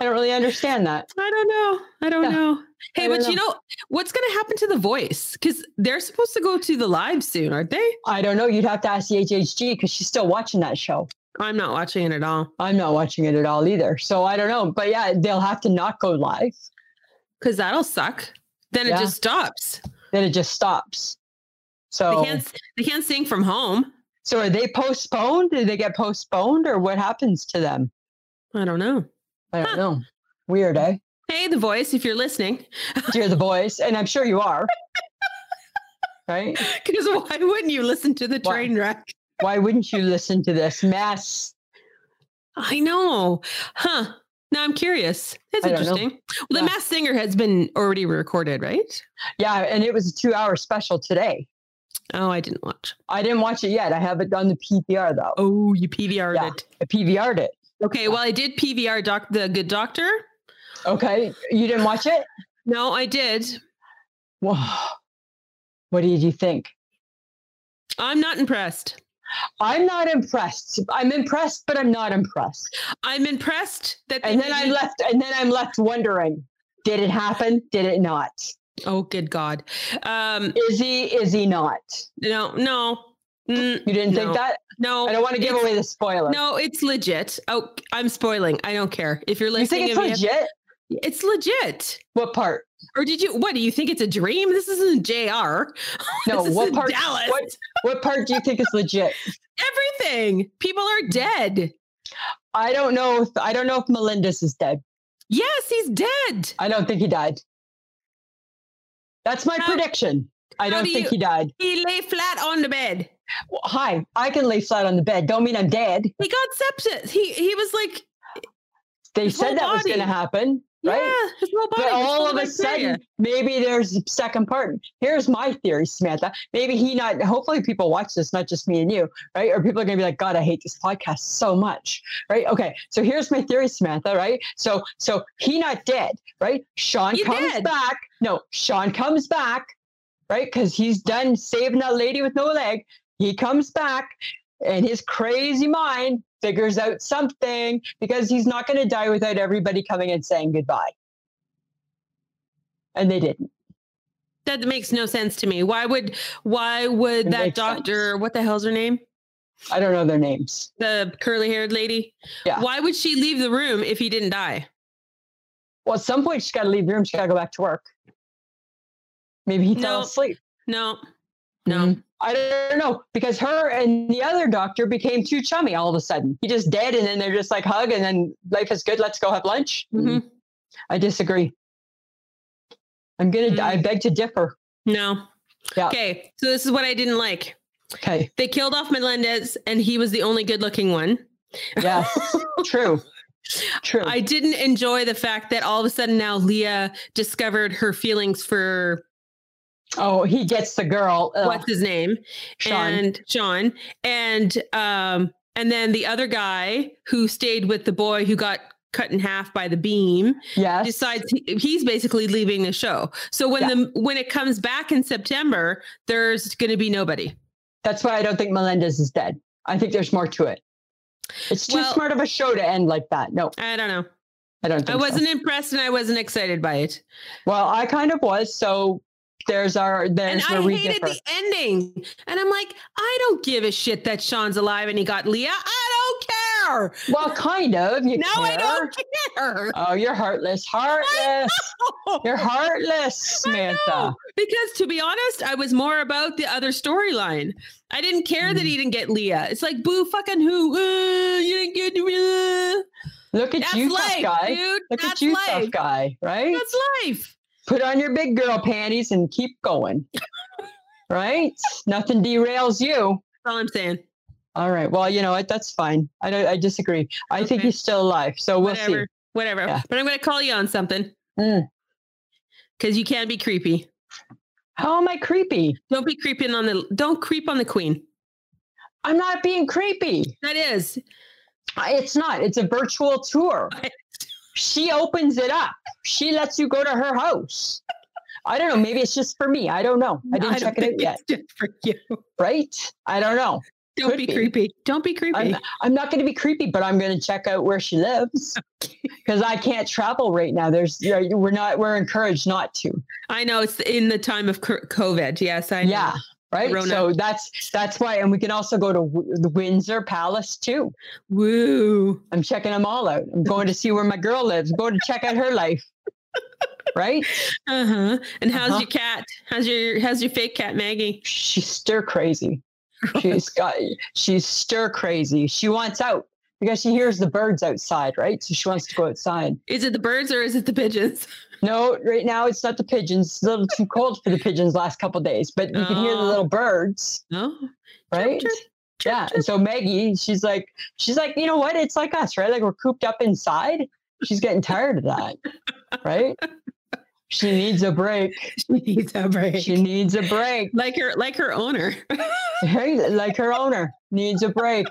I don't really understand that. I don't know. I don't Yeah. know. Hey, I but don't you know what's going to happen to the voice? Because they're supposed to go to the live soon, aren't they? I don't know. You'd have to ask the HHG because she's still watching that show. I'm not watching it at all I'm not watching it at all either. So I don't know. But yeah, they'll have to not go live. because that'll suck. Then Yeah. it just stops. Then it just stops. So They can't. They can't sing from home. So are they postponed? Did they get postponed or what happens to them? I don't know. I don't Huh. know. Weird, eh? Hey, the voice, if you're listening, Dear the voice, and I'm sure you are. Right? because why wouldn't you listen to the Why? train wreck? Why wouldn't you listen to this mess? I know, huh? Now I'm curious. That's I don't know. interesting. Well, the Yeah. Mass Singer has been already recorded, right? Yeah, and it was a two hour special today. Oh, I didn't watch. I didn't watch it yet. I have it on the PVR though. Oh, you PVR'd Yeah. it. I PVR'd it. Okay, well, I did PVR doc the Good Doctor. Okay. You didn't watch it? No, I did. Whoa. What did you think? I'm not impressed. I'm not impressed. I'm impressed, but I'm not impressed. I'm impressed that they And then I'm didn't- left and then I'm left wondering, did it happen? Did it not? Oh, good God. Um, Is he is he not? no, no, Mm, You didn't No. think that? no. I don't want to give it's- away the spoiler. No, it's legit. Oh, I'm spoiling. I don't care if you're you listening. think it's and you legit? have- it's legit. What part? Or did you? What do you think? It's a dream. This isn't Jr. No, This what isn't part Dallas. what what part do you think is legit? Everything. People are dead. I don't know if I don't know if Melindus is dead. Yes, he's dead. I don't think he died. That's my How- prediction. I how don't do think you- he died. He lay flat on the bed. Well, Hi, I can lay flat on the bed. Don't mean I'm dead. He got sepsis. He he was like They His whole said that was going body. to happen, right? yeah, his whole body. But was all full of a bacteria. sudden, maybe there's a second part. Here's my theory, Samantha. Maybe he not. Hopefully, people watch this, not just me and you, right? Or people are going to be like, "God, I hate this podcast so much," right? Okay, so here's my theory, Samantha. Right? So, so he not dead, right? Sean He comes dead. back. No, Sean comes back, right? Because he's done saving that lady with no leg. He comes back, and his crazy mind figures out something because he's not going to die without everybody coming and saying goodbye. And they didn't. that makes no sense to me. Why would why would It that makes sense. doctor? What the hell's her name? I don't know their names. The curly haired lady. Yeah. Why would she leave the room if he didn't die? Well, at some point she's got to leave the room. She's got to go back to work. Maybe he fell No. asleep. No, no. I don't know because her and the other doctor became too chummy all of a sudden. He just dead, and then they're just like hug, and then life is good. Let's go have lunch. Mhm. I disagree. I'm gonna. Mm. I beg to differ. No. Yeah. Okay. So this is what I didn't like. Okay. They killed off Melendez and he was the only good looking one. Yes. True. True. I didn't enjoy the fact that all of a sudden now Leah discovered her feelings for oh, he gets the girl. Ugh, what's his name? Sean? And Sean. And um and then the other guy who stayed with the boy who got cut in half by the beam yes. decides he, he's basically leaving the show. So when Yeah. the when it comes back in September, there's going to be nobody. That's why I don't think Melendez is dead. I think there's more to it. It's too Well- smart of a show to end like that. No, I don't know. I don't think I so. wasn't impressed and I wasn't excited by it. Well, I kind of was. So there's our and there's I where we hated differ. the ending. And I'm like, I don't give a shit that Sean's alive and he got Leah. I don't care. well, kind of. You No, I care. don't care. Oh, you're heartless. Heartless. You're heartless, I Samantha. know, because to be honest, I was more about the other storyline. I didn't care Mm. that he didn't get Leah. It's like boo fucking who? Uh, you didn't get Leah. Look at That's you, tough life, guy. dude. Look That's at you, life. tough guy. Right? That's life. Put on your big girl panties and keep going. right? Nothing derails you. That's all I'm saying. All right. Well, you know what? That's fine. I don't, I disagree. I think Okay. he's still alive. So we'll Whatever. Whatever. Yeah. But I'm gonna call you on something. Mm. Cause you can be creepy. see. How am I creepy? Don't be creeping on the don't creep on the queen. I'm not being creepy. That is. I- Uh, It's not. It's a virtual tour. Right. She opens it up. She lets you go to her house. I don't know. Maybe it's just for me. I don't know. I didn't don't check it out think yet. it's just for you. Right? I don't know. Don't Could be, be. creepy. Don't be creepy. I'm, I'm not going to be creepy, but I'm going to check out where she lives because I can't travel right now. There's you know, we're not we're encouraged not to. I know it's in the time of cur- COVID. Yes, I know. Yeah. Right. Corona. So that's that's why, and we can also go to w- the Windsor Palace too. Woo. I'm checking them all out. I'm going to see where my girl lives. Go to check out her life. Right. Uh huh. And how's Uh-huh. your cat? How's your how's your fake cat Maggie? she's stir crazy. She's got she's stir crazy. She wants out because she hears the birds outside, right? So she wants to go outside. Is it the birds or is it the pigeons? No, right now it's not the pigeons. It's a little too cold for the pigeons last couple days, but you can hear the Oh. little birds, No. right? chirp, yeah. And so Maggie, she's like, she's like, you know what? It's like us, right? Like we're cooped up inside. She's getting tired of that, right? She needs a break. She needs a break. She needs a break. like her like her owner. Right? Like her owner needs a break.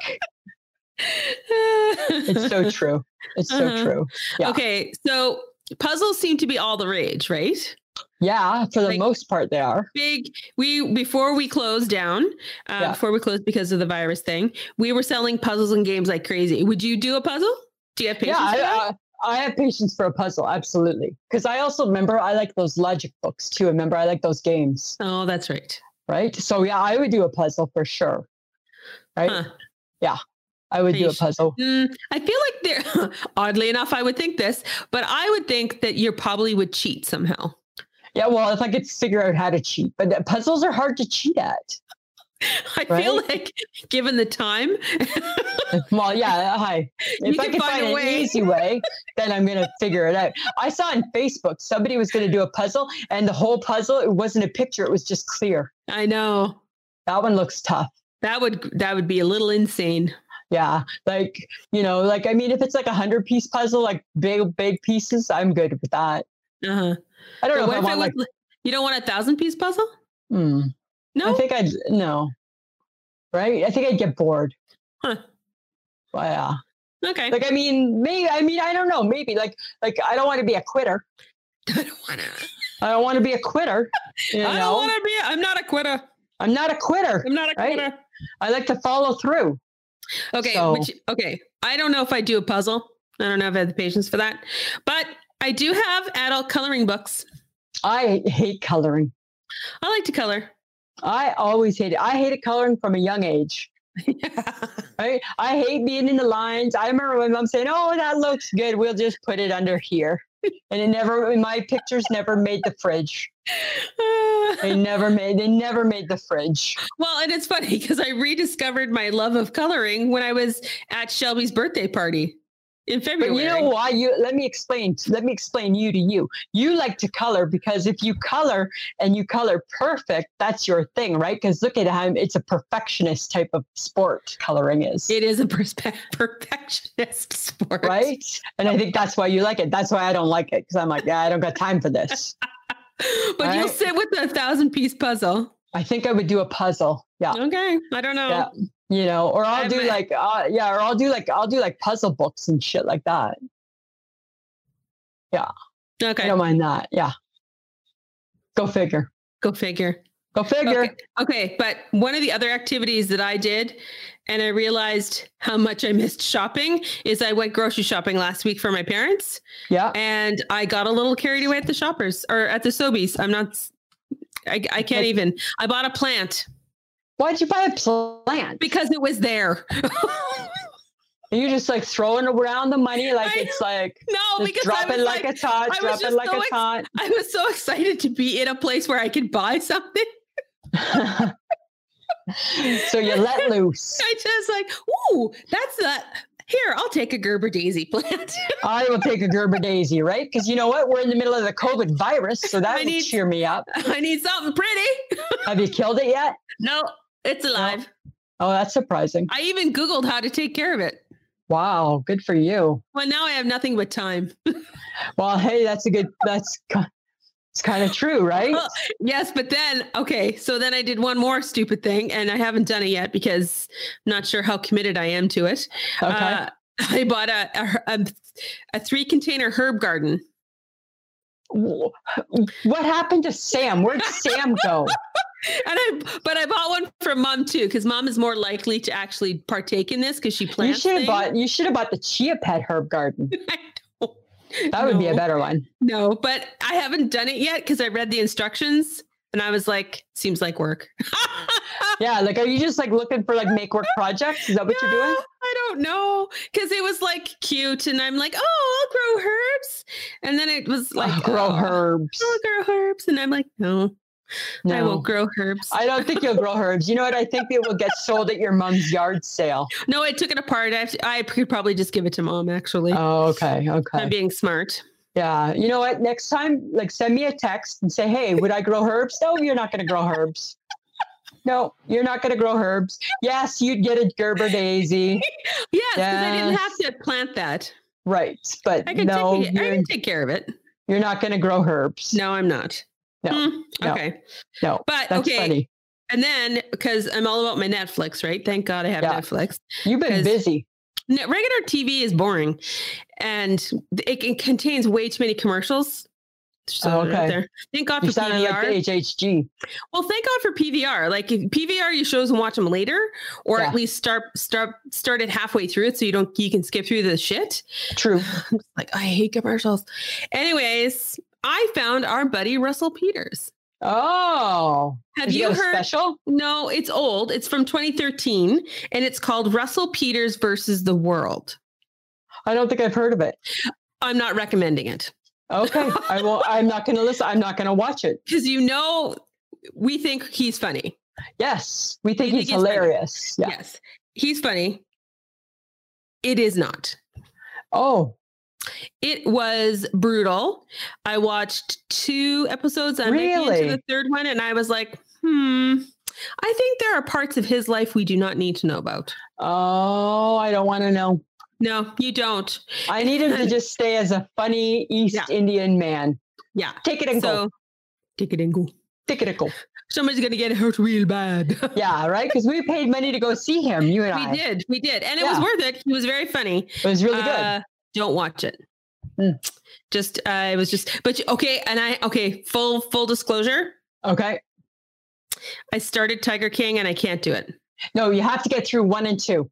It's so true. It's so Uh-huh. true. yeah. Okay, so puzzles seem to be all the rage, right? Yeah, for the Like- most part, they are. big we before we closed down uh, Yeah. before we closed because of the virus thing we were selling puzzles and games like crazy would you do a puzzle do you have patience yeah, for that? I, I, I have patience for a puzzle, absolutely. Because I also remember I like those logic books too. Remember, I like those games, oh that's right right? So yeah, I would do a puzzle for sure. Right? Huh. I would do a Patience. puzzle. Mm, i feel like there oddly enough i would think this but i would think that you probably would cheat somehow Yeah, well, if I could figure out how to cheat, but the puzzles are hard to cheat at. i feel like given the time Well, yeah, hi. You If I can can find find a an way. easy way, then I'm gonna figure it out. I saw on Facebook somebody was gonna do a puzzle, and the whole puzzle it wasn't a picture; it was just clear. i know That one looks tough. that would that would be a little insane Yeah, like you know, like I mean, if it's like a hundred piece puzzle, like big big pieces, I'm good with that. uh-huh I don't But know what if I if it want was like. li- you don't want a thousand piece puzzle hmm, no I think I'd no, right? I think I'd get bored. Huh. Well, yeah. okay Like I mean, maybe I mean I don't know. Maybe like like I don't want to be a quitter. i don't want to I don't want to be a quitter. You know, I don't want to be. I'm not a quitter. I'm not a quitter. I'm not a Right? quitter. I like to follow through. Okay. So- Which, okay. I don't know if I do a puzzle. I don't know if I have the patience for that, but I do have adult coloring books. I hate coloring. I like to color. I always hated. I hated coloring from a young age. Right? I hate being in the lines. I remember my mom saying, "Oh, that looks good. We'll just put it under here." And it never. My pictures never made the fridge. They never made. They never made the fridge. well, and it's funny because I rediscovered my love of coloring when I was at Shelby's birthday party in But February. you know why you let me explain let me explain you to you. You like to color because if you color and you color perfect, that's your thing, right? Because look at how it's a perfectionist type of sport coloring is. it is a perspe- perfectionist sport, right? And I think that's why you like it. That's why I don't like it. Cause I'm like, yeah, I don't got time for this. But you'll Right? sit with a thousand piece puzzle. I think I would do a puzzle. Yeah. Okay. I don't know. Yeah. You know, or I'll I'm do a- like uh, yeah, or I'll do like I'll do like puzzle books and shit like that. I Okay. don't mind that. Yeah. Go figure. Go figure. Go figure. Okay. okay, but one of the other activities that I did, and I realized how much I missed shopping, is I went grocery shopping last week for my parents, Yeah. and I got a little carried away at the shoppers or at the Sobeys. I'm not. I, I can't Like- even. I bought a plant Why'd you buy a plant? because it was there. no, And you're just like throwing around the money like I it's like just because I drop it was like, like, it's hot, was drop it just like so it's ex- hot. I was so excited to be in a place where I could buy something. so you let loose. I just like, ooh, that's that. Here, I'll take a Gerber daisy plant. I will take a Gerber daisy, right? Because you know what? We're in the middle of the COVID virus, so that I would need- cheer me up. I need something pretty. Have you killed it yet? No, it's alive. Oh, that's surprising. I even Googled how to take care of it. Wow, good for you. Well, now I have nothing but time. Well, hey, that's a good. That's ki- it's kind of true, right? Well- Yes, but then, okay, so then I did one more stupid thing and I haven't done it yet because I'm not sure how committed I am to it. Okay. Uh, I bought a, a, her- a, a three container herb garden. W- what happened to Sam? Where'd Sam go? And I, but I bought one for mom too, because mom is more likely to actually partake in this because she You plants. should have things. bought. You should have bought the chia pet herb garden. I don't- That would be a No. better one. No, but I haven't done it yet because I read the instructions and I was like, seems like work. Yeah, like are you just like looking for like make work projects? Is that what you're doing? No, I don't know. Because it was like cute, and I'm like, oh, I'll grow herbs. And then it was like, Like grow oh, herbs. I'll grow herbs. And I'm like, no, I No. won't grow herbs. I don't think you'll grow herbs. You know what? I think it will get sold at your mom's yard sale. no, I took it apart. I, have to- I could probably just give it to mom, actually. Oh, okay. I'm Okay. being smart. Yeah. You know what? Next time, like send me a text and say, hey, would I grow herbs? No, you're not going to grow herbs. No, you're not going to grow herbs. Yes, you'd get a Gerber daisy. Yes, because I didn't have to plant that. Right. But I could no, take, it- I you're, can take care of it. you're not going to grow herbs. No, I'm not. No, Hmm, no. Okay. No, But That's okay. funny. And then because I'm all about my Netflix, right? Thank God I have Yeah. Netflix. You've been 'Cause- busy. No, regular TV is boring and it, it contains way too many commercials. So Oh, okay. right there. Thank God You for sounded PVR. like the HHG. Well, thank God for PVR. Like if PVR, you shows and watch them later, or Yeah. at least start start start it halfway through it, so you don't you can skip through the shit. True. Like I hate commercials. Anyways, I found our buddy Russell Peters. Oh. Have Has he you got a heard? special? No, it's old. It's from 2013, and it's called Russell Peters versus the World. I don't think I've heard of it. I'm not recommending it Okay. I will I'm not gonna listen. I'm not gonna watch it. because you know we think he's funny. Yes. We think You he's think it's funny. hilarious. Yeah. Yes, he's funny. It is not. Oh, It was brutal. I watched two episodes. I'm making it to Really? the third one, and I was like, hmm. I think there are parts of his life we do not need to know about. oh, I don't want to know. No, you don't. I need him to just stay as a funny East Yeah. Indian man. Yeah. Take it and go. So take it and go. Take it and go. Somebody's gonna get hurt real bad. Yeah, right. Because we paid money to go see him. You and I. we did, we did, and it Yeah. was worth it. He was very funny. It was really good. Uh, don't watch it. Mm. Just uh, it was just, but you- okay, and I okay. Full full disclosure, okay. I started Tiger King, and I can't do it. No, you have to get through one and two.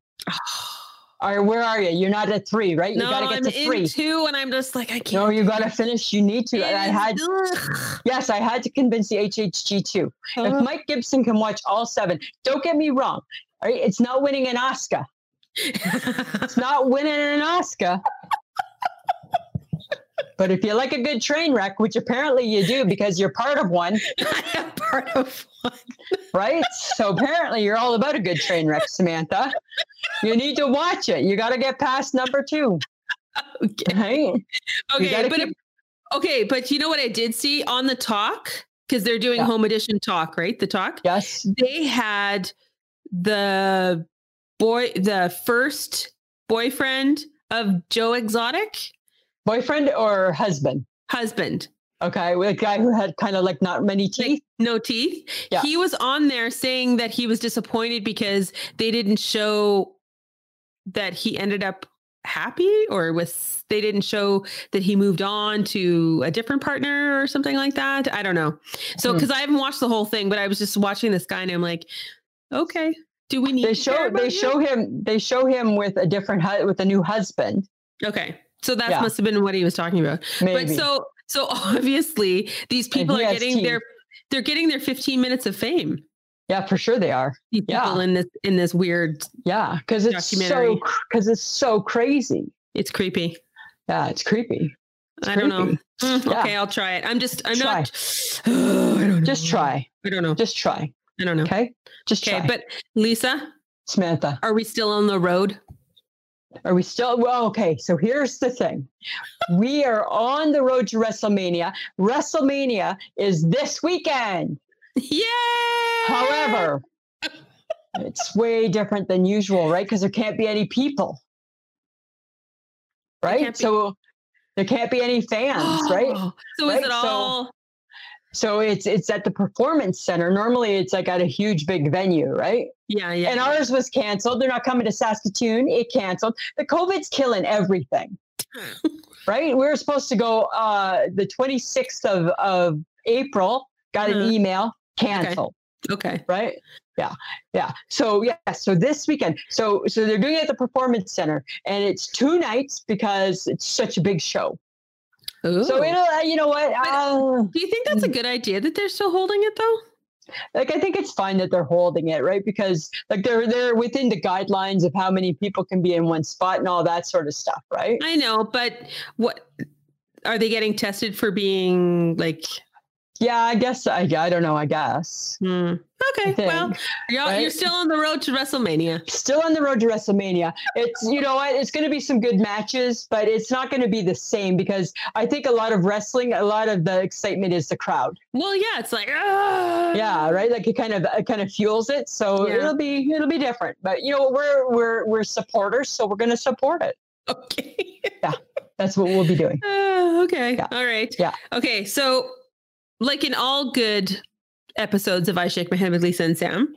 Or where are you? You're not at three, right? You no, gotta get I'm to three. in two, and I'm just like I can't. no, you gotta finish. You need to. And I had Ugh. yes, I had to convince the HHG too. If Uh-huh. Mike Gibson can watch all seven, don't get me wrong. All right, it's not winning an Oscar. It's not winning an Oscar. but if you like a good train wreck, which apparently you do because you're part of one, I am part of one. right? So apparently you're all about a good train wreck, Samantha. You need to watch it. You got to get past number two, Okay, right? You okay, gotta but keep- it- okay, but you know what I did see on the talk because they're doing Yeah. home edition talk, right? The talk. yes. they had the boy the first boyfriend of Joe Exotic Boyfriend or husband? husband Okay, with a guy who had kind of like not many teeth. like no teeth Yeah. he was on there saying that he was disappointed because they didn't show that he ended up happy or was they didn't show that he moved on to a different partner or something like that i don't know so Hmm. because i haven't watched the whole thing but i was just watching this guy and i'm like okay do we need They to care show they about you? show him they show him with a different hu- with a new husband. Okay. So that Yeah. must have been what he was talking about. Maybe. But so so obviously these people he are has getting their they're getting their 15 minutes of fame. yeah, for sure they are. These Yeah. people in this in this weird Yeah, because it's so Documentary. because it's so crazy. it's creepy. Yeah, it's creepy. It's I don't know. creepy. Mm, Mm-hmm. Yeah. Okay, I'll try it. I'm just I'm Try. not I don't know. Just try. I don't know. Just try. I don't know. Okay, Okay. Just try. but Lisa, Samantha. are we still on the road? Are we still? Well, okay. So here's the thing we are on the road to WrestleMania. WrestleMania is this weekend. Yeah. However, it's way different than usual, right? Because there can't be any people, right? can't be- So there can't be any fans, right? So Right, is it so- all So it's it's at the performance center. Normally, it's like at a huge big venue, right? yeah, yeah. And yeah. ours was canceled. They're not coming to Saskatoon. It canceled. The COVID's killing everything. right? We were supposed to go uh, the 26th of, of April, got an Mhm. email, canceled. okay. Right? Yeah. Yeah. So yeah, so this weekend. So so they're doing it at the performance center and it's two nights because it's such a big show. So Ooh. it'll uh, you know what? But- Uh, do you think that's a good idea that they're still holding it though? like I think it's fine that they're holding it, right? Because like they're they're within the guidelines of how many people can be in one spot and all that sort of stuff, right? I know, but what are they getting tested for being like? Yeah, I guess I I don't know, I guess. hmm, I Okay, well, think. y'all, you're right? still on the road to WrestleMania. still on the road to WrestleMania. It's you know what, it's going to be some good matches, but it's not going to be the same because I think a lot of wrestling, a lot of the excitement is the crowd. Well, yeah, it's like, ah, Yeah, right. Like it kind of it kind of fuels it. So Yeah. it'll be it'll be different. But you know what, we're we're we're supporters, so we're going to support it. okay, That's what we'll be doing. Ah, okay, Yeah. all right, Yeah. okay. So, like in all good episodes of I Shake My Head with Lisa and Sam,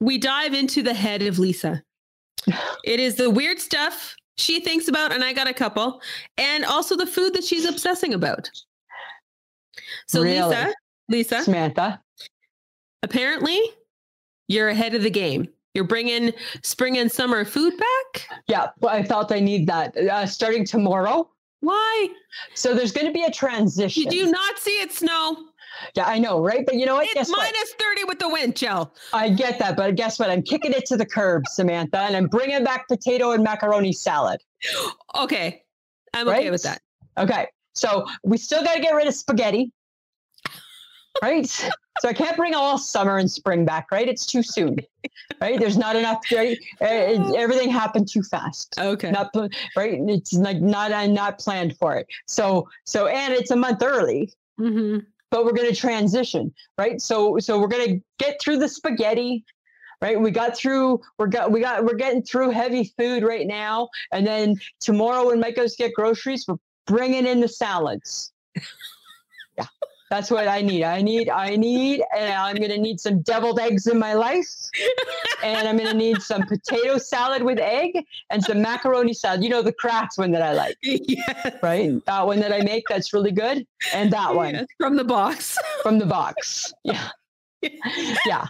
we dive into the head of Lisa. it is the weird stuff she thinks about, and I got a couple, and also the food that she's obsessing about. So Really? Lisa, Lisa, Samantha. apparently you're ahead of the game. You're bringing spring and summer food back. Yeah, well, I felt I need that uh, starting tomorrow. Why? So there's going to be a transition. Did you not see it snow? Yeah, I know, right? But you know what? It's guess what? minus 30 with the wind chill. I get that, but guess what? I'm kicking it to the curb, Samantha, and I'm bringing back potato and macaroni salad. Okay. I'm okay Right? with that. Okay, so we still got to get rid of spaghetti, right? so I can't bring all summer and spring back, right? It's too soon, right? There's not enough. Right? Eh, eh, Everything happened too fast. Okay. Not pl- right. It's like not i not planned for it. So so and it's a month early, hmm but we're going to transition right so so we're going to get through the spaghetti right we got through we're got we got we're getting through heavy food right now and then tomorrow when mike goes to get groceries we're bringing in the salads yeah that's what i need i need i need and i'm going to need some deviled eggs in my life and i'm going to need some potato salad with egg and some macaroni salad you know the craft one that i like yeah. right that one that i make that's really good and that one Yes, From the box. from the box. Yeah. Yeah.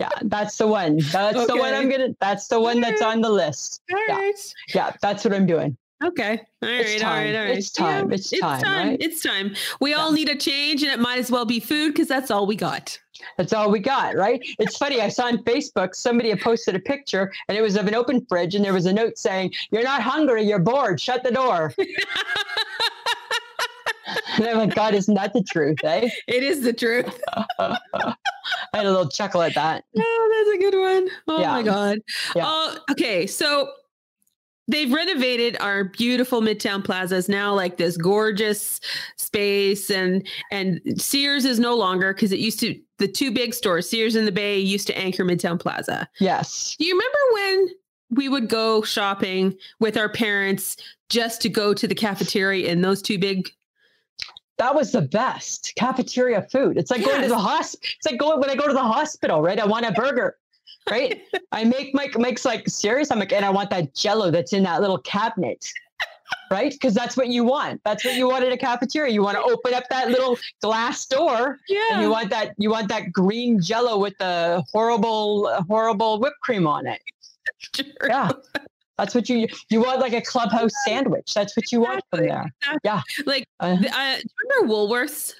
Yeah. That's the one. That's the one I'm gonna that's the one that's on the list. All Yeah. right. Yeah, that's what I'm doing. Okay. All right. It's All right. time. All right. It's time. It's time, right? It's time. We all need a change, and it might as well be food because that's all we got. That's all we got, right? It's funny. I saw on Facebook somebody had posted a picture and it was of an open fridge and there was a note saying, You're not hungry, you're bored, shut the door. and I'm like, God, isn't that the truth, eh? It is the truth. I had a little chuckle at that. Oh, that's a good one. Oh my Yeah. god. Yeah. Oh, okay. So they've renovated our beautiful Midtown Plaza is now like this gorgeous space, and and Sears is no longer because it used to the two big stores, Sears and the Bay, used to anchor Midtown Plaza. Yes. Do you remember when we would go shopping with our parents just to go to the cafeteria in those two big? That was the best cafeteria food. It's like going to the hospital. It's like going when I go to the hospital, right? I want a burger, right? I make Mike makes like serious. I'm like, and I want that Jello that's in that little cabinet, right? Because that's what you want. That's what you want at a cafeteria. You want to open up that little glass door, and you want that you want that green Jello with the horrible horrible whipped cream on it. Yeah. That's what you you want like a clubhouse sandwich. That's what you want from there. Like, Uh, the- uh, do you remember Woolworths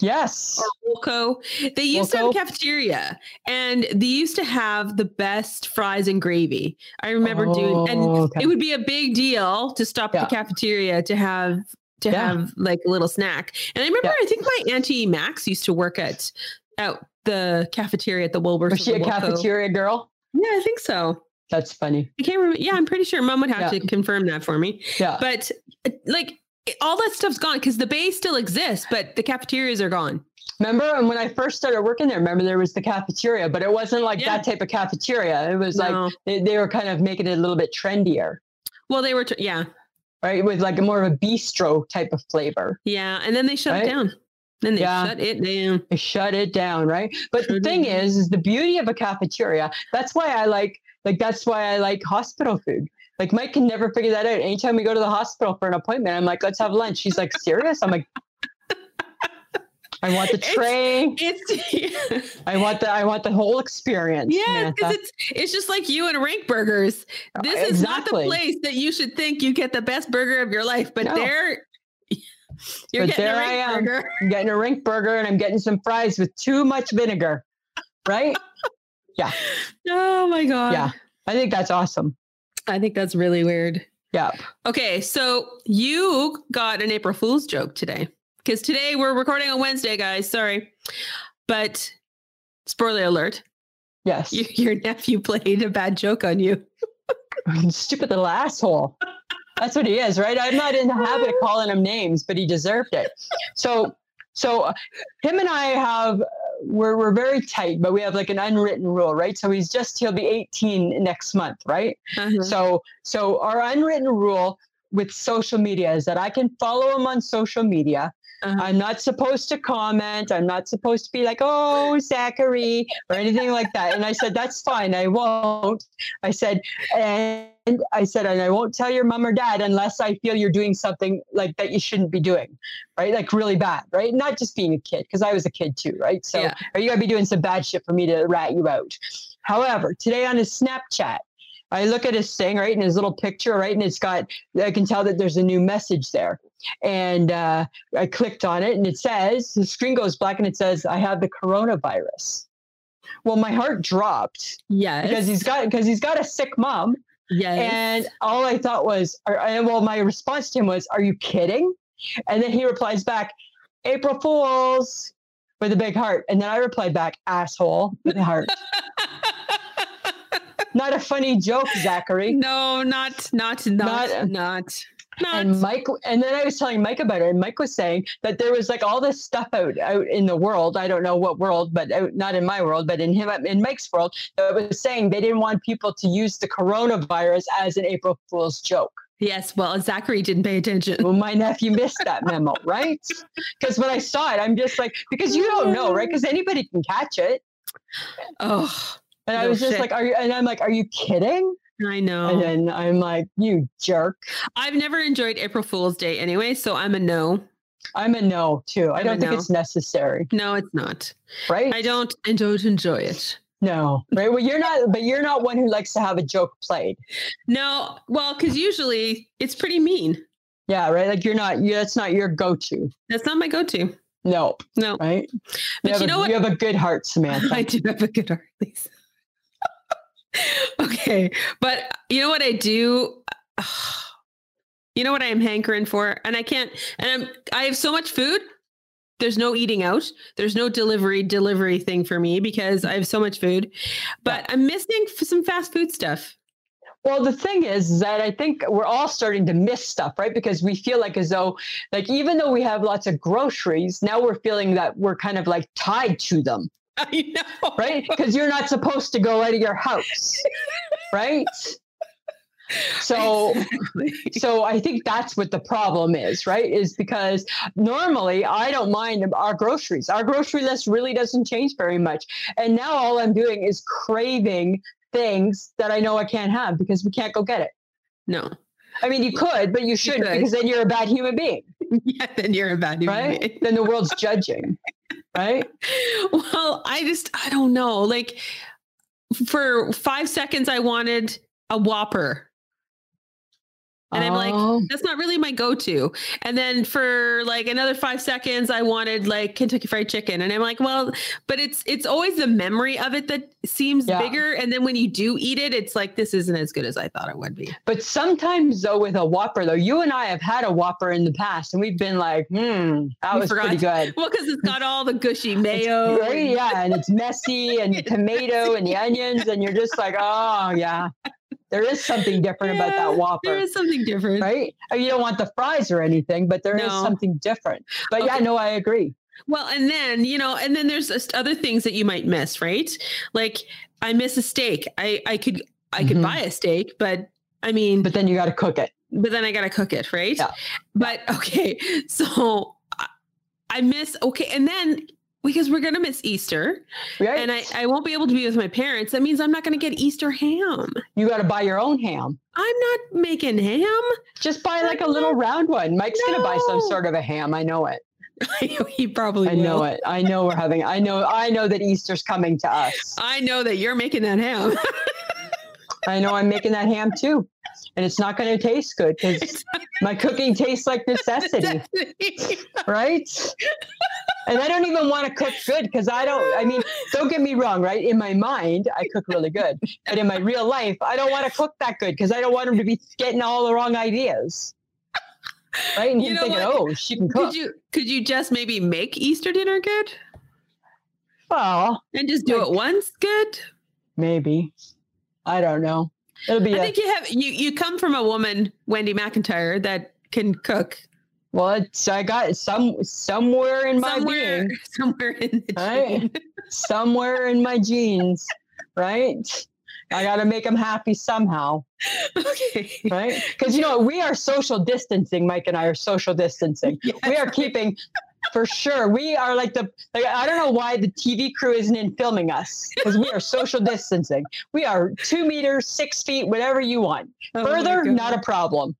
yes. or Woolco? They used to have a Woolco? cafeteria and they used to have the best fries and gravy. I remember doing, and Oh, okay. it would be a big deal to stop Yeah. at the cafeteria to have. To Yeah. have like a little snack, and I remember I think my auntie Max used to work at at the cafeteria at the Woolworths. Was she or a the Woolco. cafeteria girl? Yeah, I think so. That's funny. I can't remember. Yeah, I'm pretty sure mom would have Yeah. to confirm that for me. Yeah. But uh, like it- all that stuff's gone because the bay still exists, but the cafeterias are gone. remember, and when I first started working there, remember there was the cafeteria, but it wasn't like Yeah. that type of cafeteria. It was like No. they, they were kind of making it a little bit trendier, well, they were, tr- yeah, right? With like more of a bistro type of flavor. yeah. And then they shut it Right? down. Then they Yeah. shut it down. They shut it down, right? But Sure the thing did. is, is the beauty of a cafeteria. That's why I like, like that's why I like hospital food. Like Mike can never figure that out. Anytime we go to the hospital for an appointment, I'm like, let's have lunch. He's like, serious? I'm like, I want the It's- tray. It's yeah, I want the I want the whole experience. because Samantha. it's it's just like you and rank burgers. This is not the Uh, exactly. place that you should think you get the best burger of your life, but No. there you're But getting there a I rank am. burger. I'm getting a rink burger and I'm getting some fries with too much vinegar. Right? Oh my god. yeah. I think that's awesome. I think that's really weird. Yeah. Okay, so you got an April Fool's joke today because today we're recording on Wednesday, guys. Sorry, but spoiler alert: Yes. y- your nephew played a bad joke on you. Stupid little asshole. That's what he is, right? I'm not in the habit of calling him names, but he deserved it. So so uh, him and I have uh, we're we're very tight, but we have like an unwritten rule, right? So he's just he'll be 18 next month, right? Mm-hmm. So so our unwritten rule with social media is that I can follow him on social media, Uh-huh. I'm not supposed to comment. I'm not supposed to be like, oh, Zachary, or anything like that. And I said, that's fine. I won't. I said, and I said, and I won't tell your mom or dad unless I feel you're doing something like that you shouldn't be doing, right? Like really bad, right? Not just being a kid, because I was a kid too, right? So Yeah. are you going to be doing some bad shit for me to rat you out? However, today on his Snapchat, I look at his thing, right, and his little picture, right, and it's got, I can tell that there's a new message there. And uh, I clicked on it and it says, the screen goes black and it says, I have the coronavirus. Well, my heart dropped Yes. because he's got because he's got a sick mom, yes. and all I thought was, or, and well, my response to him was, "Are you kidding?" And then he replies back, "April Fools," with a big heart. And then I replied back, "Asshole," with a heart. Not a funny joke, Zachary. no, not not not Not- uh, not not. and Mike, and then I was telling Mike about it, and Mike was saying that there was like all this stuff out out in the world. I don't know what world, but out, not in my world, but in him in Mike's world, that was saying they didn't want people to use the coronavirus as an April Fool's joke. yes. Well, Zachary didn't pay attention. Well, my nephew missed that memo, right? Because when I saw it, I'm just like, because you don't know, right? Because anybody can catch it. Oh, And I No was just shit. Oh. like, are you? And I'm like, are you kidding? I know. And then I'm like, you jerk. I've never enjoyed April Fool's Day anyway, so I'm a no. I'm a no too. I I'm don't a think no. it's necessary, No, it's not. right? I don't I don't enjoy it. No, right? Well, you're not, but you're not one who likes to have a joke played. No, well, because usually it's pretty mean. Yeah, right. Like you're not. You, that's not your go-to. That's not my go-to. No, No, right? But have you a- know what? You have a good heart, Samantha. I do have a good heart, Lisa. okay, but you know what I do? You know what I am hankering for, and I can't. And I'm I have so much food. There's no eating out. There's no delivery delivery thing for me because I have so much food. But I'm missing f- some fast food stuff. Well, the thing is is that I think we're all starting to miss stuff, right? Because we feel like as though, like, even though we have lots of groceries, now we're feeling that we're kind of like tied to them, I know, right? Because you're not supposed to go out of your house, right? So, Exactly. so I think that's what the problem is, right? Is because normally I don't mind our groceries. Our grocery list really doesn't change very much. And now all I'm doing is craving things that I know I can't have because we can't go get it. no, I mean, you could, but you shouldn't could. because then you're a bad human being, yeah, then you're a bad human right? being. then the world's judging, right? well, I just I don't know. Like for five seconds, I wanted a Whopper. And I'm like, Oh, That's not really my go-to. And then for like another five seconds, I wanted like Kentucky Fried Chicken, and I'm like, well, but it's it's always the memory of it that seems Yeah. bigger. And then when you do eat it, it's like this isn't as good as I thought it would be. but sometimes though with a Whopper though, you and I have had a Whopper in the past, and we've been like, hmm, that We was forgot pretty good. Well, because it's got all the gushy It's mayo. great, and- yeah, and it's messy and the It's tomato and the onions, and you're just like, oh yeah, there is something different about Yeah, that There Whopper. is something different. Right? Oh, You don't want the fries or anything, but there is No. something different. But yeah, Okay. no, I agree. Well, and then, you know, and then there's just other things that you might miss, right? Like I miss a steak. I I could I could Mhm. buy a steak, but I mean, But but, then you got to cook it. then I got to cook it, right? Yeah. But okay. So I- I miss okay, and then because we're going to miss Easter Right? and I I won't be able to be with my parents, that means I'm not going to get Easter ham. you got to buy your own ham. I'm not making ham. Just buy like a little round one. Mike's gonna buy some No. sort of a ham. I know it. you probably I know will. it. I know we're having. I know. I know that Easter's coming to us. I know that you're making that ham. I know I'm making that ham too, and it's not gonna taste good because my cooking tastes like necessity, right? And I don't even want to cook good because I don't. I mean, don't get me wrong, right? In my mind, I cook really good, but in my real life, I don't want to cook that good because I don't want him to be getting all the wrong ideas, right? And You him know thinking, what? "Oh, she can cook." could you could you just maybe make Easter dinner good? well, And just do Like- it once, good. Maybe. I don't know. It'll be I a, think you have you you come from a woman, Wendy McIntyre, that can cook well. It's, I got it some somewhere in my somewhere being, somewhere in the Right. gene. somewhere in my jeans, right? I got to make them happy somehow, Okay. right? Because you know we are social distancing. Mike and I are social distancing. Yeah. We are keeping for sure. We are like the like, I don't know why the TV crew isn't in filming us because we are social distancing. We are two meters, six feet, whatever you want. Oh my Further, God. not a problem.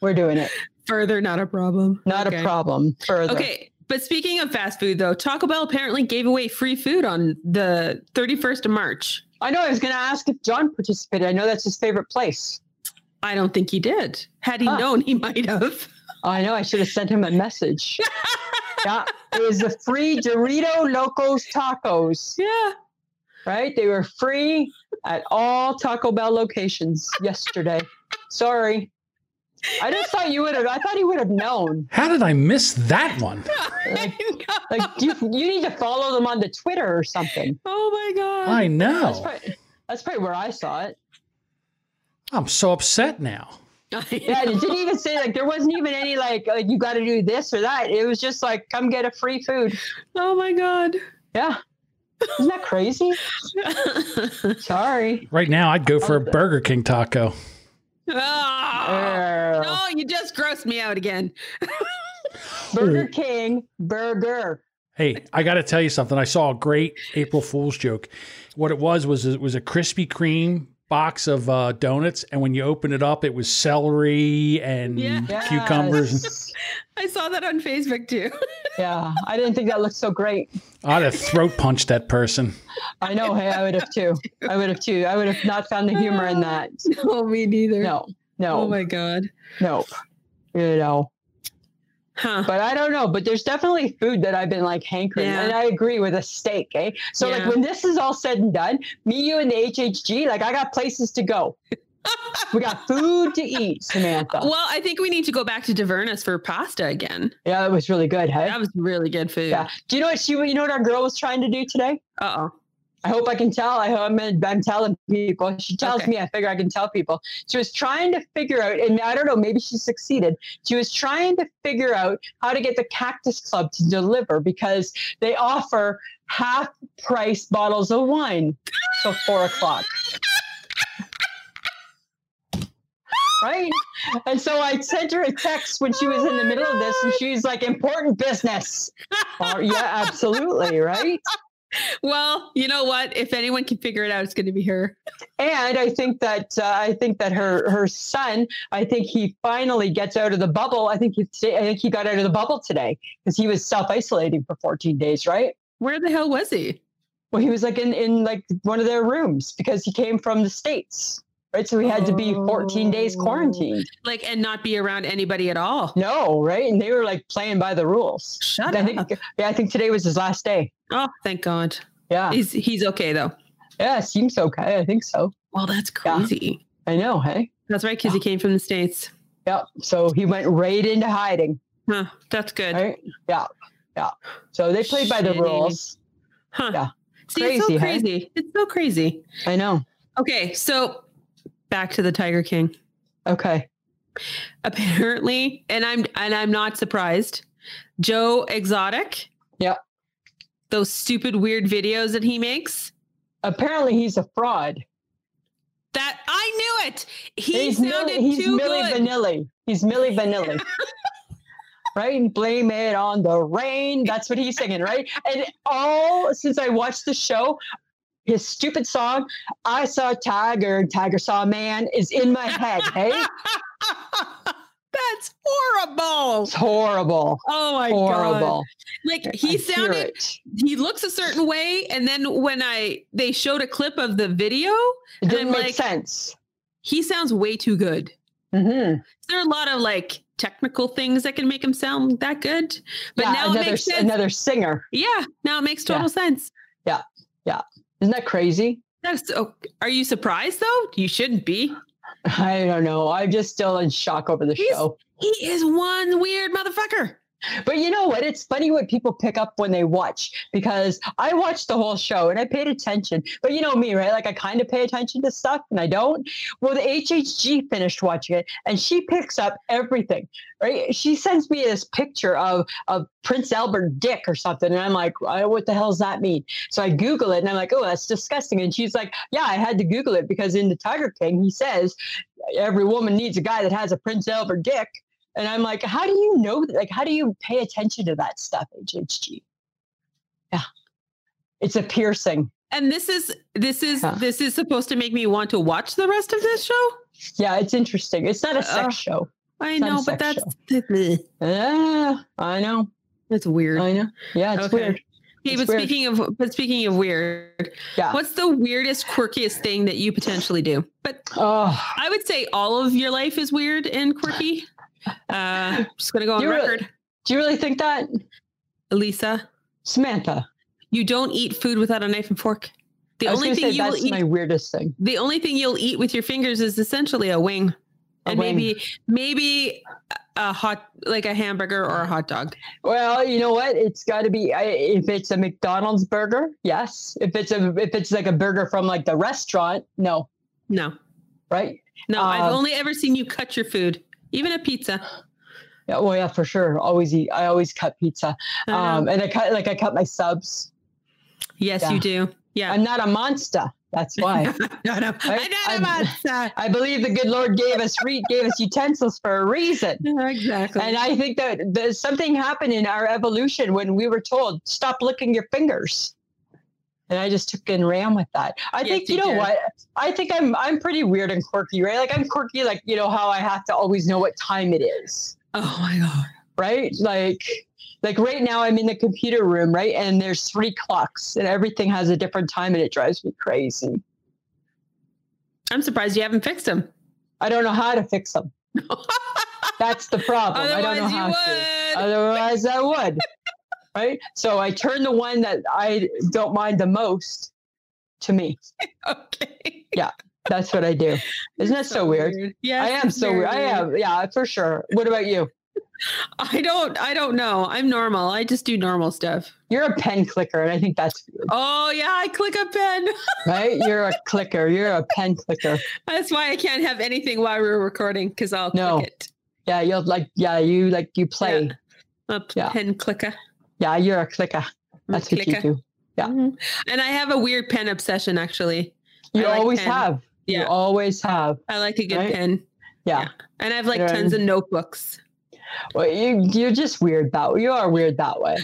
We're doing it. Further, not a problem. Not Okay. a problem. Further. Okay. But speaking of fast food, though, Taco Bell apparently gave away free food on the 31st of March. I know I was gonna ask if John participated. I know that's his favorite place. I don't think he did. Had he Huh. known, he might have. I know I should have sent him a message. yeah. It was the free Dorito Locos tacos, Yeah. right? They were free at all Taco Bell locations yesterday. Sorry. I just thought you would have I thought he would have known. How did I miss that one? Like, like you, you need to follow them on the Twitter or something. oh my God. I That's know. probably, that's probably where I saw it. I'm so upset now. Yeah, and it didn't even say like there wasn't even any like uh, you got to do this or that. It was just like come get a free food. oh my God. Yeah, isn't that crazy? Sorry. Right now, I'd go for a Burger King taco. Uh, Ah. Err, no, you just grossed me out again. Burger King burger. Hey, I got to tell you something. I saw a great April Fool's joke. What it was was it was a Krispy Kreme box of uh, donuts, and when you open it up, it was celery and Yes. cucumbers. Yes. I saw that on Facebook too. Yeah, I didn't think that looked so great. I'd have throat punched that person. I know. Hey, I would have too. I would have too. I would have not found the humor in that. no, me neither. No, no, Oh my God. no. You know. Huh. but I don't know. But there's definitely food that I've been like hankering, Yeah. and I agree with a steak. Eh? So Yeah. like when this is all said and done, me, you, and the HHG, like I got places to go. we got food to eat, Samantha. well, I think we need to go back to Tavernas for pasta again. yeah, that was really good. Hey. That was really good food. Yeah. Do you know what she? You know what our girl was trying to do today? Uh oh. I hope I can tell. I hope I'm, I'm telling people. She tells Okay. me. I figure I can tell people. She was trying to figure out, and I don't know. Maybe she succeeded. She was trying to figure out how to get the Cactus Club to deliver because they offer half price bottles of wine till four o'clock. Right. And so I sent her a text when she was in the middle of this, and she's like, important business. Uh, yeah, absolutely. Right. Well, you know what? If anyone can figure it out, it's going to be her. and I think that uh, I think that her her son, I think he finally gets out of the bubble. I think he I think he got out of the bubble today because he was self isolating for 14 days, right? Where the hell was he? Well, he was like in in like one of their rooms because he came from the states, right? So he had to be 14 days Oh. quarantined. Like, and not be around anybody at all. No, right? And they were like playing by the rules. Shut I up. think yeah, I think today was his last day. Oh, thank God. Yeah, He's he's okay though. yeah, seems okay. I think so. Well, that's Yeah. crazy. I know, hey. That's right, because he came from the states. Yeah, so he went right into hiding. Huh, that's good. right? Yeah, yeah. So they played by the Shitty. rules. Huh. Yeah. See, it's so Crazy, huh? crazy. It's so crazy. I know. Okay, so back to the Tiger King. Okay. Apparently, and I'm and I'm not surprised. Joe Exotic. Yep. Those stupid weird videos that he makes. Apparently he's a fraud. That I knew it. He he's sounded Milli, he's too Milli good. Vanilli. He's Milli Vanilli. right? And blame it on the rain. That's what he's singing, right? And all since I watched the show, his stupid song, I saw a tiger and tiger saw a man is in my head. Hey, that's horrible. it's horrible. Oh my god. horrible. Like he I hear sounded it. he looks a certain way and then when i they showed a clip of the video It and didn't I'm make like- sense. he sounds way too good Mm-hmm. there are a lot of like technical things that can make him sound that good but yeah, now it another, makes sense another singer. yeah now it makes total Yeah. sense Isn't that crazy? that's oh, are you surprised though you shouldn't be I don't know. I'm just still in shock over the He's- show. he is one weird motherfucker But you know what? It's funny what people pick up when they watch because I watched the whole show and I paid attention. But you know me, right? Like I kind of pay attention to stuff and I don't. Well, the HHG finished watching it and she picks up everything, right? She sends me this picture of of Prince Albert dick or something, and I'm like, "Uh, what the hell does that mean? So I Google it and I'm like, oh, that's disgusting. And she's like, yeah, I had to Google it because in the Tiger King he says every woman needs a guy that has a Prince Albert dick. And I'm like, how do you know? Like, how do you pay attention to that stuff, HHG? Yeah. It's a piercing. And this is this is Huh. this is supposed to make me want to watch the rest of this show. Yeah, it's interesting. It's not a sex Uh, show. I It's not a know, but sex that's bleh. Yeah, I know. that's weird. I know. Yeah, it's Okay. weird. Okay, It's but weird. speaking of but speaking of weird, Yeah. what's the weirdest, quirkiest thing that you potentially do? But Oh, I would say all of your life is weird and quirky. Uh, just gonna go on You're a- record, do you really think that? Elisa. Samantha. You don't eat food without a knife and fork. The I was only gonna thing say you will that's eat, my weirdest thing. the only thing you'll eat with your fingers is essentially a wing, A and wing. maybe maybe a hot like a hamburger or a hot dog. Well, you know what? It's got to be I, if it's a McDonald's burger, yes. If it's a if it's like a burger from like the restaurant, no, No, right? no, I've Um, only ever seen you cut your food, even a pizza. Yeah, well, yeah, for sure. Always eat. I always cut pizza, I don't know. um, and I cut like I cut my subs. yes, yeah. you do. Yeah, I'm not a monster. That's why. not a, I- I'm not a monster. I believe the good Lord gave us re- gave us utensils for a reason. exactly. And I think that there's something happened in our evolution when we were told, stop licking your fingers. And I just took and ran with that. I Yes, think you you know did. what? I think I'm I'm pretty weird and quirky, right? Like I'm quirky, like you know how I have to always know what time it is, oh my god. right? Like like right now I'm in the computer room, right? And there's three clocks and everything has a different time and it drives me crazy. I'm surprised you haven't fixed them. I don't know how to fix them. That's the problem. I don't know Otherwise, you how to. would. Otherwise, I would. Right? So I turn the one that I don't mind the most to me. okay. That's what I do. Isn't that so weird? Yeah, I am so weird. I am. Yeah, for sure. What about you? I don't. I don't know. I'm normal. I just do normal stuff. You're a pen clicker, and I think that's weird, Oh yeah, I click a pen. right. You're a clicker. You're a pen clicker. That's why I can't have anything while we're recording because I'll No. click it. Yeah, you'll like. Yeah, you like. You play. Yeah. A p- Yeah. pen clicker. Yeah, you're a clicker. I'm a That's what you clicker. do. yeah. Mhm. And I have a weird pen obsession, actually. You I like always pen. have. You Yeah. always have. I like a good Right? pen. Yeah. Yeah. And I have like Yeah. tons of notebooks. Well, you you're just weird that way. You are weird that way.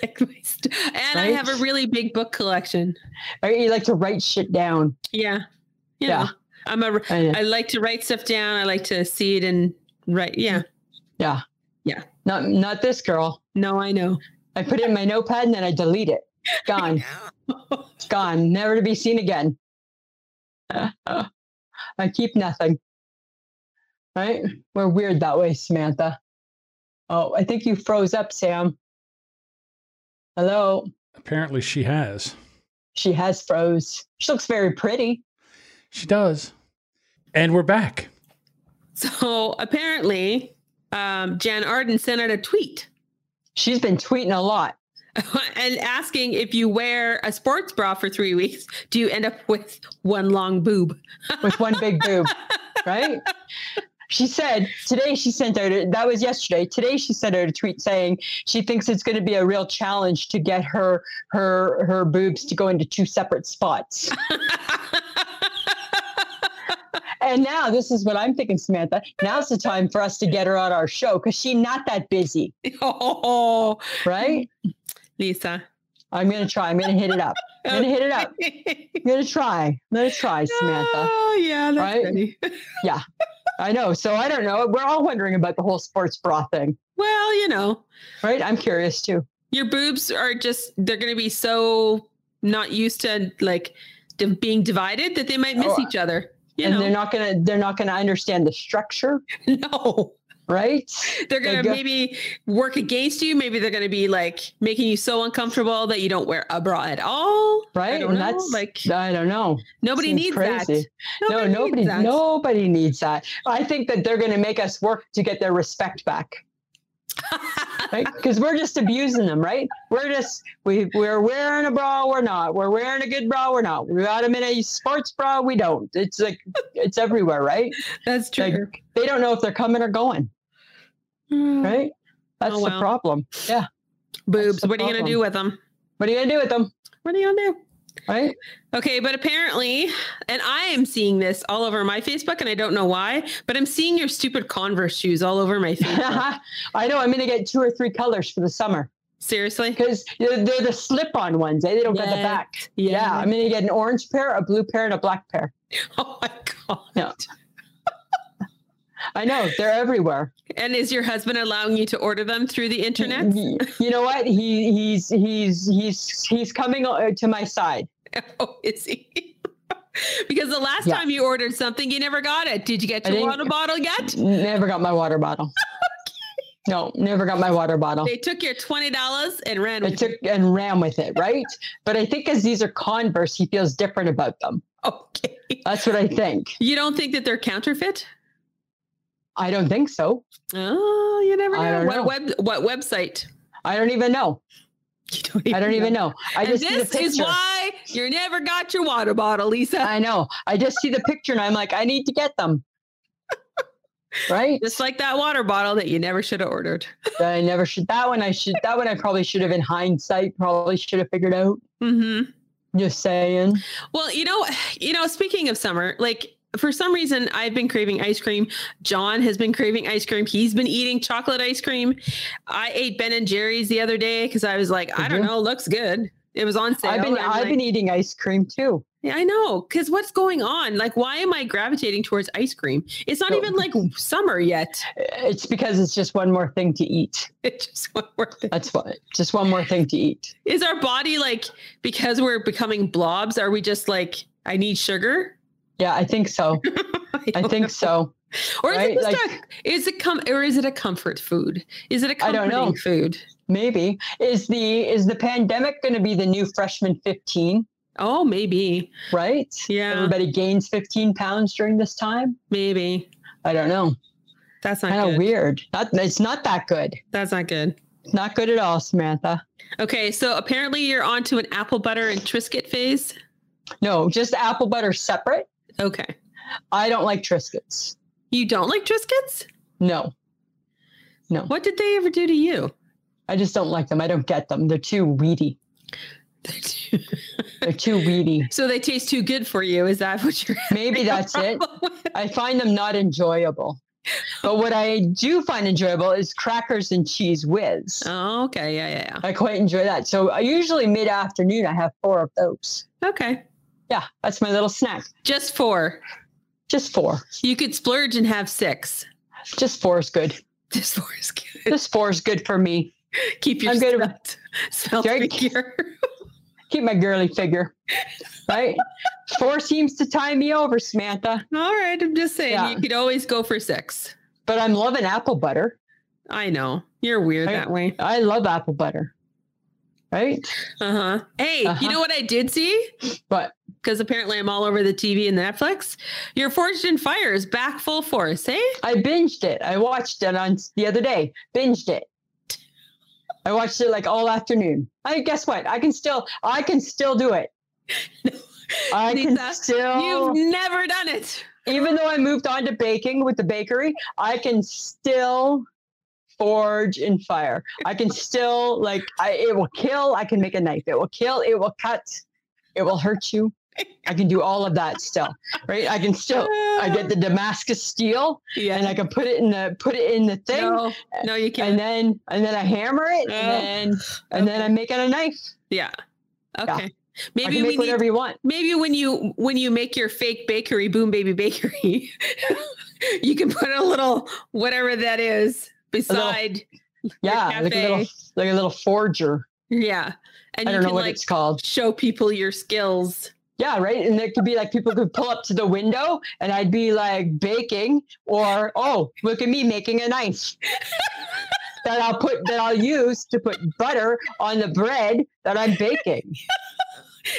like my st- and I Right? have a really big book collection. Right? You like to write shit down. Yeah. You Yeah. know, I'm a, And- I like to write stuff down. I like to see it and write. Yeah. Yeah. Yeah. Not not this girl. No, I know. I put it in my notepad and then I delete it. Gone. It's gone. Never to be seen again. I keep nothing. Right? We're weird that way, Samantha. Oh, I think you froze up, Sam. Hello. Apparently, she has. She has froze. She looks very pretty. She does. And we're back. so apparently, um, Jan Arden sent out a tweet She's been tweeting a lot. and asking if you wear a sports bra for three weeks, do you end up with one long boob? with one big boob, right? She said today she sent out a, that was yesterday. Today she sent out a tweet saying she thinks it's going to be a real challenge to get her her her boobs to go into two separate spots. And now this is what I'm thinking, Samantha. Now's the time for us to get her on our show because she's not that busy, oh, right? Lisa. I'm gonna try. I'm gonna hit it up. I'm gonna hit it up. I'm gonna try. I'm gonna try, Samantha. Oh, yeah. That's Right? funny. I know. So I don't know. We're all wondering about the whole sports bra thing, Well, you know, right? I'm curious too. your boobs are just, they're going to be so not used to like di- being divided that they might miss Oh, each other. You and they're know, not gonna they're not gonna understand the structure no. right They're going to go- maybe work against you. Maybe they're going to be like making you so uncomfortable that you don't wear a bra at all. right I don't and know. that's like i don't know nobody seems needs crazy. that. no nobody needs that. nobody needs that i think that they're gonna make us work to get their respect back right because we're just abusing them right we're just we we're wearing a bra we're not we're wearing a good bra we're not we got them in a sports bra we don't it's like it's everywhere right That's Like, true. they don't know if they're coming or going Mm. right that's the well. problem yeah Boobs. the What are you going to problem. do with them? what are you gonna do with them What are you going to do? right? Okay, but apparently, and I am seeing this all over my Facebook, and I don't know why, but I'm seeing your stupid Converse shoes all over my Facebook. I know I'm going to get two or three colors for the summer Seriously? because they're, they're the slip-on ones. Eh? They don't got the Yeah. back. Yeah. Yeah. I'm going to get an orange pair, a blue pair, and a black pair. Oh my god! Yeah. I know they're everywhere. And is your husband allowing you to order them through the internet? Y- You know what? He he's he's he's he's coming o- to my side. oh, is he? because the last Yeah. time you ordered something, you never got it. Did you get I your didn't- water bottle yet? Never got my water bottle. No, never got my water bottle. They took your twenty dollars and ran. I With took and ran with it, right? But I think as these are Converse, he feels different about them. it. Okay. That's what I think. You don't think that they're counterfeit? I don't think so. Oh, you never know. I don't What web? What website? I don't even know. You don't I don't even know. I and just see the this is picture. why you never got your water bottle, Lisa. I know. I just see the picture and I'm like, I need to get them. Right? Just like that water bottle that you never should have ordered. That I never should. That one I should. That one I probably should have in hindsight. Probably should have figured out. hmm Just saying. Well, you know, you know, speaking of summer, like for some reason I've been craving ice cream. John has been craving ice cream. He's been eating chocolate ice cream. I ate Ben and Jerry's the other day because I was like, I don't Mhm. know, looks good. It was on sale. I've been. and I'm I've like, been eating ice cream too. Yeah, I know. Because what's going on? Like, why am I gravitating towards ice cream? It's not No. even like summer yet. It's because it's just one more thing to eat. It's just what we're. That's what. Just one more thing to eat. Is our body like because we're becoming blobs? Are we just like I need sugar? Yeah, I think so. I don't know. think so. Or is it right? just Like- a, is it com or is it a comfort food? Is it a I comforting don't know. food? Maybe is the is the pandemic going to be the new freshman fifteen? Oh, maybe. Right? Yeah. Everybody gains fifteen pounds during this time. Maybe. I don't know. That's not Kind good. of weird. Not. It's not that good. That's not good. Not good at all, Samantha. Okay, so apparently you're onto an apple butter and Triscuit phase. No, just apple butter separate. Okay. I don't like Triscuits. You don't like Triscuits? No, no, What did they ever do to you? I just don't like them. I don't get them. They're too weedy. They're too weedy. so they taste too good for you. Is that what you're Maybe that's it. problem with? I find them not enjoyable. But what I do find enjoyable is crackers and cheese whiz. Oh, okay. Yeah, yeah, I quite enjoy that. So I usually mid afternoon I have four of those. yeah. Okay. Yeah, that's my little snack. Just four. Just four. You could splurge and have six. Just four is good. Just four is good. Just four is good for me. Keep your I'm good smell, with- smell Jerry- secure. Keep my girly figure. Right? four seems to tie me over, Samantha. All right, I'm just saying Yeah. you could always go for six. But I'm loving apple butter. I know you're weird I- that way. I love apple butter. Right? Uh huh. Hey, you Uh-huh. know what I did see? But Because apparently I'm all over the TV and Netflix. Your Forged in Fire is back full force, eh? I binged it. I watched it on s- the other day. Binged it. I watched it like all afternoon. I guess what? I can still I can still do it. I Lisa, can still You've never done it. even though I moved on to baking with the bakery, I can still forge in fire. I can still like I it will kill, I can make a knife. It will kill, it will cut, it will hurt you. I can do all of that still. Right? I can still I get the Damascus steel Ah, yeah. and I can put it in the put it in the thing no, no, you can't. and then and then I hammer it and then and then I make it a knife. yeah. Yeah. Okay. I Maybe we can make need whatever you want. Maybe when you when you make your fake bakery, Boom Baby Bakery, you can put a little whatever that is beside. Yeah, like a little cafe. like a little forger. Yeah, and I you don't know can what like it's called. show people your skills. Yeah, right. And it could be like people could pull up to the window and I'd be like baking or oh, look at me making a knife. that I'll put that I'll use to put butter on the bread that I'm baking.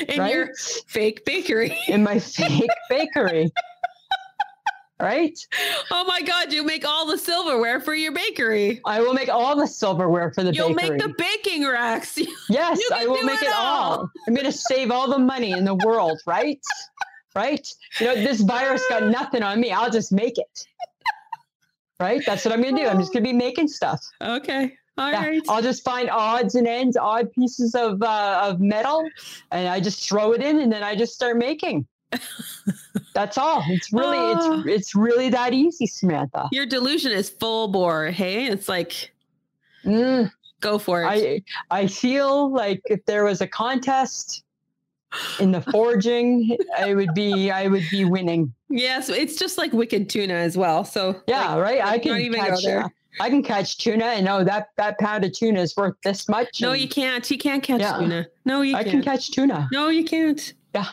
in right? your fake bakery. In my fake bakery. right? Oh my God, you make all the silverware for your bakery. I will make all the silverware for the You'll bakery. make the baking racks. Yes, You I can will do make it it, all. all. I'm going to save all the money in the world, right? Right? You know, this virus got nothing on me. I'll just make it. Right? That's what I'm going to do. I'm just going to be making stuff. okay. All Yeah, right. I'll just find odds and ends, odd pieces of uh, of metal, and I just throw it in, and then I just start making. That's all. It's really Oh. it's it's really that easy, Samantha. Your delusion is full bore. Hey, it's like Mm, go for it. I I feel like if there was a contest in the forging, I would be I would be winning. yes, it's just like wicked tuna as well. So Yeah, like, right. I let's can not even go catch there. I can catch tuna, and oh, that that pound of tuna is worth this much. no, and you can't. You can't catch Yeah. tuna. No, you I can't. can catch tuna. no, you can't. Yeah.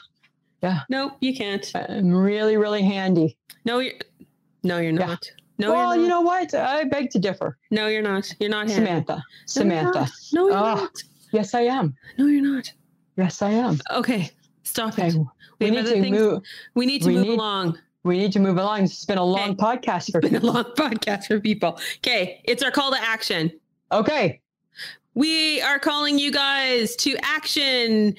Yeah. No, you can't. I'm Um, really really handy. No, you're. No, you're Yeah. not. No, well, you're not. you know what? I beg to differ, no, you're not. You're not. Hannah. Samantha. No, you're not. Samantha. No, you're Ah. not. Yes, I am. No, you're not. Yes, I am. Okay, stop Okay, it. we We, need have to other things. move. we need to we move need- along. We need to move along. This has been a long Okay. podcast for It's been a long podcast for people. Okay, it's our call to action. Okay, We are calling you guys to action,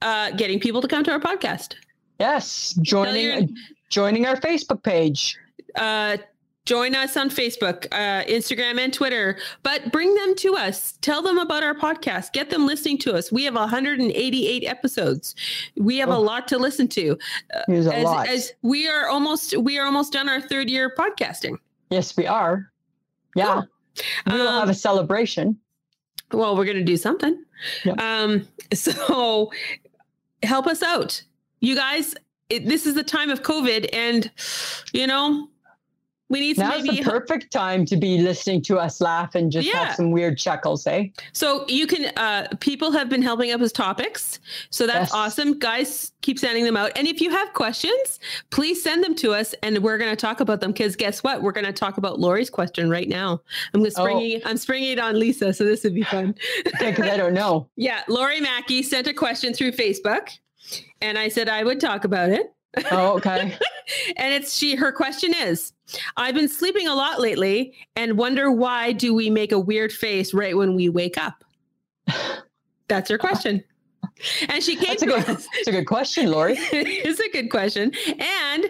uh, getting people to come to our podcast, yes, you're- joining uh, joining our Facebook page. uh, join us on Facebook, uh, Instagram, and Twitter. But bring them to us. Tell them about our podcast. Get them listening to us. We have 188 episodes. We have a Oh. lot to listen to. There's a As, lot. as we are almost, we are almost done our third year podcasting. yes, we are. Yeah, we will Um, have a celebration. well, we're going to do something. Yep. Um, so help us out. You guys, it, this is the time of COVID and you know, we need some Now's maybe the perfect time to be listening to us laugh and just Yeah. have some weird chuckles, eh? so you can uh people have been helping up with topics. So that's Yes. awesome. Guys, keep sending them out. And if you have questions, please send them to us and we're gonna talk about them because guess what? We're gonna talk about Lori's question right now. I'm gonna Oh. springing I'm springing it on Lisa, so this would be fun. Because I don't know. Yeah, Lori Mackey sent a question through Facebook, and I said I would talk about it. Oh, okay. And it's she her question is, I've been sleeping a lot lately and wonder why do we make a weird face right when we wake up? That's her question. And she came That's a to good. us. That's a good question, Lori. it's a good question. And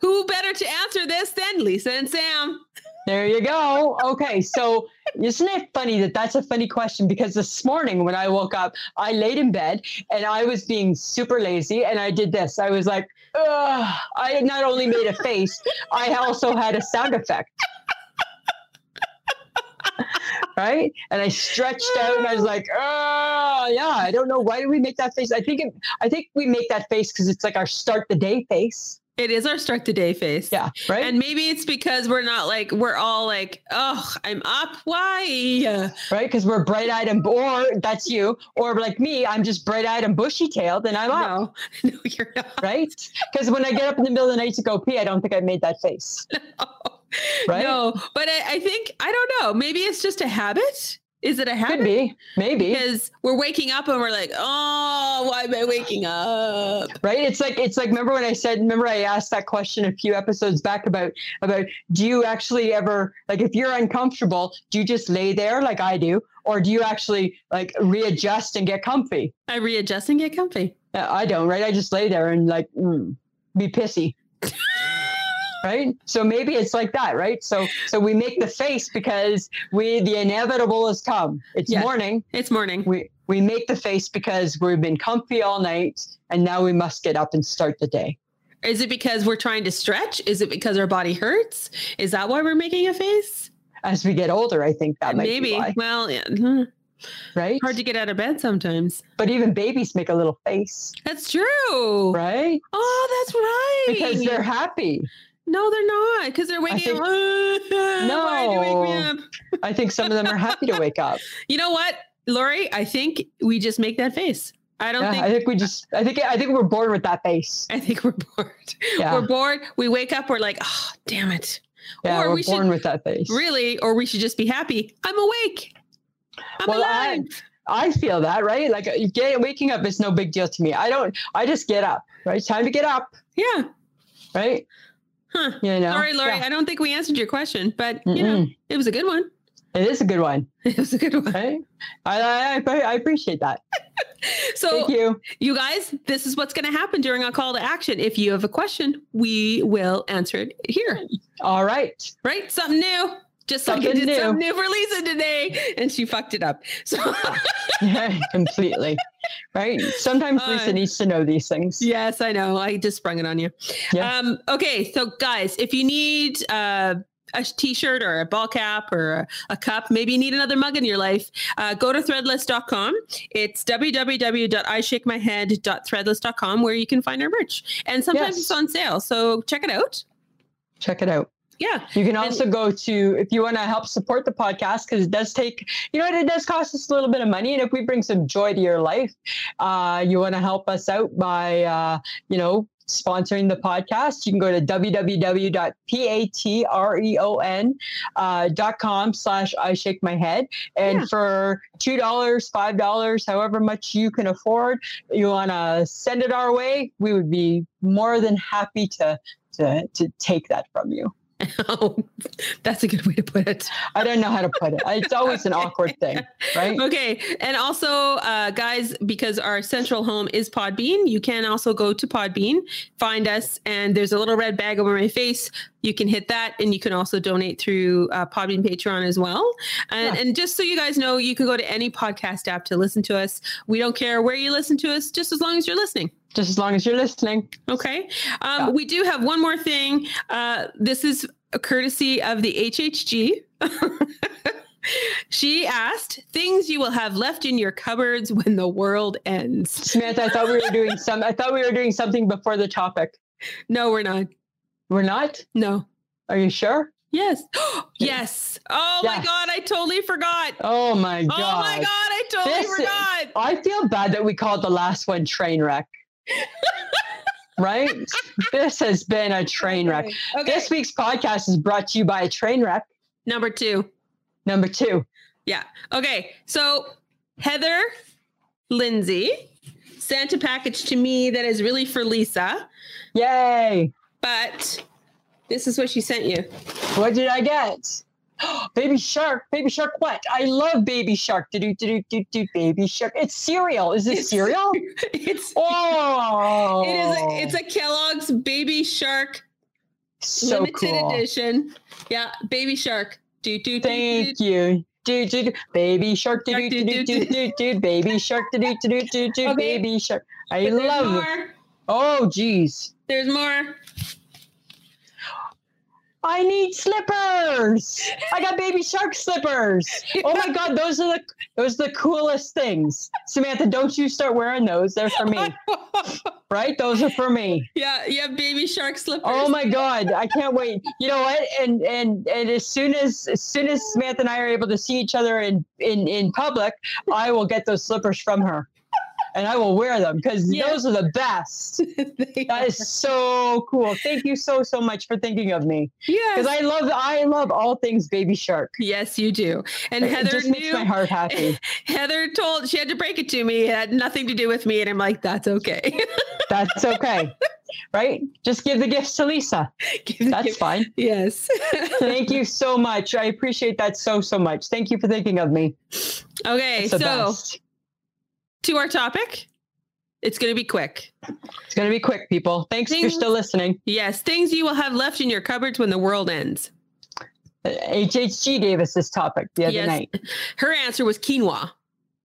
who better to answer this than Lisa and Sam? There you go. Okay, so isn't it funny that that's a funny question? Because this morning when I woke up, I laid in bed and I was being super lazy, and I did this. I was like, Ugh. I not only made a face, I also had a sound effect. Right, and I stretched out, and I was like, "Oh, yeah." I don't know why do we make that face. I think it, I think we make that face because it's like our start the day face. It is our struck today face. Yeah, right. And maybe it's because we're not like we're all like, oh, I'm up. Why? right? Because we're bright eyed and or that's you, or like me, I'm just bright eyed and bushy tailed, and I'm up, No, no, you're not. right? Because when I get up in the middle of the night to go pee, I don't think I made that face, right? No, but I, I think I don't know. Maybe it's just a habit. Is it a habit? Could be, maybe, Because we're waking up and we're like, oh, why am I waking up? right? It's like it's like remember when I said remember I asked that question a few episodes back about about do you actually ever like if you're uncomfortable, do you just lay there like I do, or do you actually like readjust and get comfy? I readjust and get comfy. Uh, I don't, right? I just lay there and like mm, be pissy. right? So maybe it's like that, right? So so we make the face because we the inevitable has come. It's Yeah. morning. It's morning. We we make the face because we've been comfy all night and now we must get up and start the day. Is it because we're trying to stretch? Is it because our body hurts? Is that why we're making a face? As we get older, I think that might Maybe. be why, Well, yeah, hmm. right? hard to get out of bed sometimes. but even babies make a little face, That's true. right? Oh, that's right. Because they're happy. no, they're not. Because they're waking think- up. Why did you wake me No. up? I think some of them are happy to wake up. You know what, Lori? I think we just make that face. I don't Yeah, think. I I think- think we just I think I think we're born with that face. we're bored. Yeah. We're bored. We wake up. We're like, oh, damn it. Yeah, Or we're we should- born with that face. Really? Or we should just be happy. I'm awake. I'm Well, I- alive. I feel that, right? Like uh, get, waking up is no big deal to me. I don't. I just get up, right? It's Time to get up, yeah. right? Huh. You know. Sorry, Lori. Yeah. I don't think we answered your question, but you know, Mm-mm. it was a good one. it is a good one, It was a good one. right? I I, I, I appreciate that. So, Thank you. you guys, this is what's going to happen during our call to action. If you have a question, we will answer it here. All right. Right? Something new. Just like I Something did new. something new for Lisa today, and she fucked it up. So Yeah, completely. Right? Sometimes Uh, Lisa needs to know these things. yes, I know. I just sprung it on you. Yeah. Um, okay, so guys, if you need uh, a t-shirt or a ball cap or a, a cup, maybe you need another mug in your life, uh, go to threadless.com. It's www.ishakemyhead.threadless.com where you can find our merch. And sometimes Yes. it's on sale, so check it out. Check it out. Yeah. You can And- also go to if you want to help support the podcast because it does take you know what, it does cost us a little bit of money and if we bring some joy to your life, uh, you want to help us out by uh, you know sponsoring the podcast. You can go to www.patreon.com uh, dot com slash I shake my head and Yeah. for two dollars, five dollars, however much you can afford, you want to send it our way. We would be more than happy to to to take that from you. Oh, that's a good way to put it. I don't know how to put it. It's always an awkward thing, right? Okay. And also, uh, guys, because our central home is Podbean, you can also go to Podbean, find us, and there's a little red bag over my face. You can hit that, and you can also donate through uh, Podbean Patreon as well. And, Yeah. and just so you guys know, you can go to any podcast app to listen to us. We don't care where you listen to us, just as long as you're listening. Just as long as you're listening. Okay. Um, Yeah. We do have one more thing. Uh, this is a courtesy of the HHG. she asked things you will have left in your cupboards when the world ends. Samantha, I thought we were doing some I thought we were doing something before the topic. No, we're not. We're not? No. Are you sure? Yes. yes. Oh my Yes. God. I totally forgot. Oh my god. Oh my God. I totally This is- forgot. I feel bad that we called the last one train wreck. right? This has been a train wreck. Okay. Okay. This week's podcast is brought to you by a train wreck. Number two. Number two. Okay, so Heather Lindsay sent a package to me that is really for Lisa, Yay. but this is what she sent you. What did I get? baby shark, baby shark, what? I love baby shark. Do do do do do baby shark. It's cereal. Is it It's- cereal? It's Oh, it is a, it's a Kellogg's Baby Shark so limited cool. edition. Yeah, Baby Shark. Do do do. Thank you. Do, do, do. Baby shark, do, Shark, do, do, do, do, do, do, baby shark, do, do, do, do, do, Okay. do, baby shark. I There's love it. more. Oh, geez. There's more. I need slippers. I got baby shark slippers. Oh my god, those are the those are the coolest things. Samantha, don't you start wearing those. They're for me, right? Those are for me. yeah, you have Baby Shark slippers. Oh my god, I can't wait. You know what? And and and as soon as as soon as Samantha and I are able to see each other in in in public, I will get those slippers from her, and I will wear them because Yeah. those are the best. They That is so cool. Thank you so so much for thinking of me are- yes. because I love I love all things baby shark. yes, you do. And it Heather just makes knew my heart happy. Heather told she had to break it to me. It had nothing to do with me, and I'm like, that's okay. That's okay, right? Just give the gifts to Lisa. Give- That's give- fine. yes. Thank you so much. I appreciate that so so much. Thank you for thinking of me. okay, It's the so best. to our topic, it's going to be quick. It's going to be quick, people. Thanks if you're Things- still listening. Yes, things you will have left in your cupboards when the world ends. Uh, HHG gave us this topic the other Yes. night. Her answer was quinoa.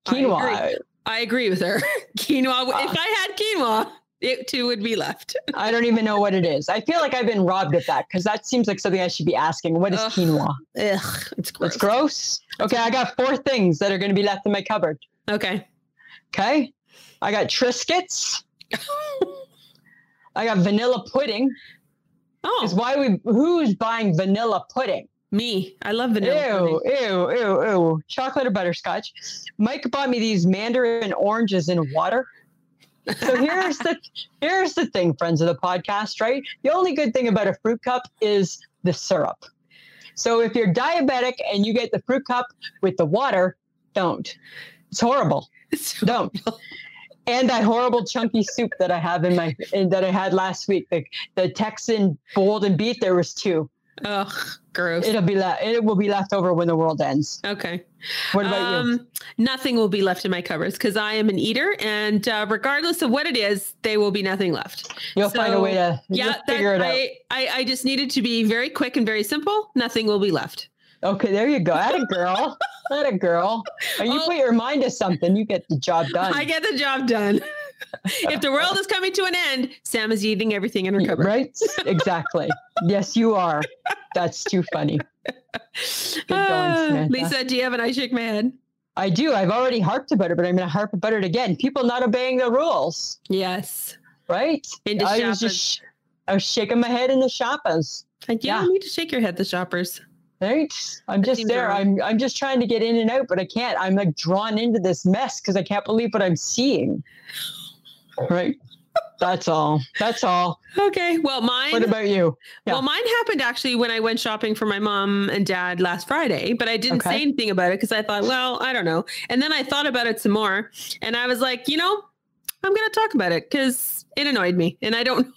I agree. Quinoa. I agree with her. quinoa. Ah. If I had quinoa, it too would be left. I don't even know what it is. I feel like I've been robbed of that because that seems like something I should be asking. What is Ugh, quinoa? Ugh, it's gross. It's gross. Okay, I got four things that are going to be left in my cupboard. Okay. Okay, I got Triscuits. I got vanilla pudding. Is oh, why we who's buying vanilla pudding? me. I love vanilla. pudding. ew, ew, ew, ew. Chocolate or butterscotch. Mike bought me these mandarin oranges in water. So here's the here's the thing, friends of the podcast, right? The only good thing about a fruit cup is the syrup. So if you're diabetic and you get the fruit cup with the water, don't. It's horrible. So- Don't. And that horrible chunky soup that I have in my in, that I had last week, the, the Texan bold and beat. There was two. Ugh, gross. It'll be le- it will be left over when the world ends. okay. What about Um, you? Nothing will be left in my cupboards because I am an eater, and uh, regardless of what it is, they will be nothing left. You'll find a way to Yeah, you'll that, figure it out. I, I I just needed to be very quick and very simple. Nothing will be left. Okay, there you go. At a girl. At a girl. And you Oh. put your mind to something, you get the job done. I get the job done. if the world is coming to an end, Sam is eating everything in her Y- cupboard. Right? Exactly. yes, you are. That's too funny. going, Ah, Samantha. Lisa, do you have an I shake my head? I do. I've already harped about it, but I'm going to harp about it again. People not obeying the rules, Yes. right? Into I shoppers. was just sh- I was shaking my head in the shoppers, And you yeah. don't need to shake your head, the shoppers. right? I'm just seems there. wrong. I'm I'm just trying to get in and out, but I can't. I'm like drawn into this mess because I can't believe what I'm seeing. Right. That's all. That's all. Okay. Well, mine. What about you? Yeah. Well, mine happened actually when I went shopping for my mom and dad last Friday, but I didn't Okay. say anything about it because I thought, well, I don't know. And then I thought about it some more, and I was like, you know, I'm going to talk about it because it annoyed me, and I don't.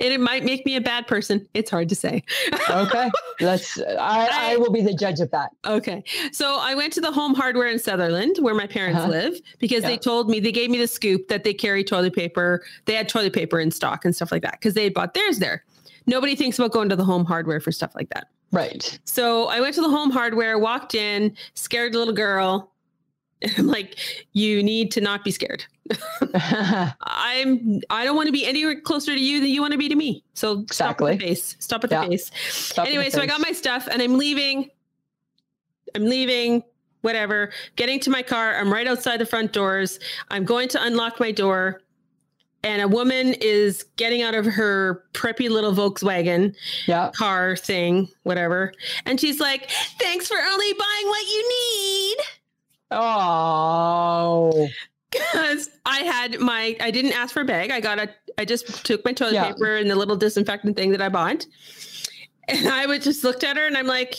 And it might make me a bad person. It's hard to say. Okay. Let's I, I I- will be the judge of that. Okay. So I went to the home hardware in Sutherland where my parents Uh-huh. live because Yeah. they told me, they gave me the scoop that they carry toilet paper. They had toilet paper in stock and stuff like that because they had bought theirs there. Nobody thinks about going to the home hardware for stuff like that. Right. So I went to the home hardware, walked in, scared little girl. And I'm like, you need to not be scared. I'm I don't want to be anywhere closer to you than you want to be to me. So stop Exactly. at the base. Stop at Yeah. the base. at the anyway, so I got base. my stuff and I'm leaving. I'm leaving, whatever. Getting to my car. I'm right outside the front doors. I'm going to unlock my door. And a woman is getting out of her preppy little Volkswagen yeah. car thing, whatever. And she's like, thanks for only buying what you need. Oh. Because I had my, I didn't ask for a bag. I got a, I just took my toilet Yeah. paper and the little disinfectant thing that I bought. And I would just looked at her and I'm like,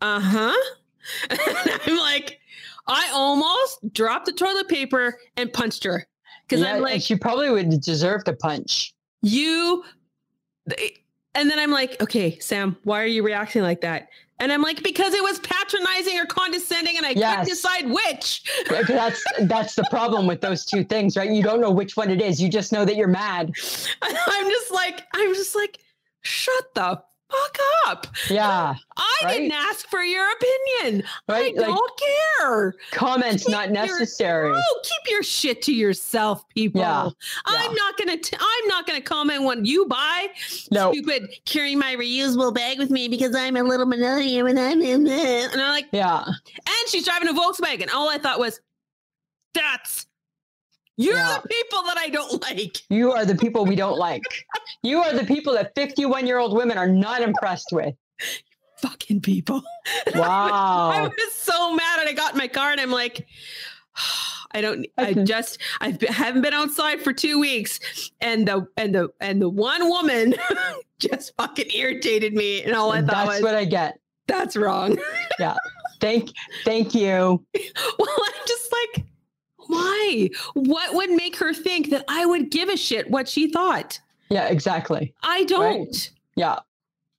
uh huh. I'm like, I almost dropped the toilet paper and punched her. Because Yeah, I'm like, she probably would deserve to punch. you and then i'm like okay sam why are you reacting like that and i'm like because it was patronizing or condescending and i couldn't Yes. decide which Yeah, 'cause that's that's the problem with those two things, right? You don't know which one it is. You just know that you're mad. i'm just like i'm just like shut the fuck up Yeah, i Right. didn't ask for your opinion right. i don't Like care comments not Keep your- necessary. oh keep your shit to yourself people Yeah. i'm not gonna t- i'm not gonna comment when you buy No, stupid carrying my reusable bag with me because i'm a little millennium and i'm and i'm like yeah, and she's driving a Volkswagen. All I thought was, that's you're Yeah. the people that I don't like. you are the people we don't like. You are the people that 51 year old women are not impressed with. Fucking people. I Wow. was so mad, and I got in my car, and I'm like. I don't. I Okay. just. I haven't been outside for two weeks, and the and the and the one woman just fucking irritated me. And all I thought That's was, what I get. "That's wrong." Thank, thank you. Well, I'm just like, why? What would make her think that I would give a shit what she thought? Yeah, exactly. I don't. Yeah,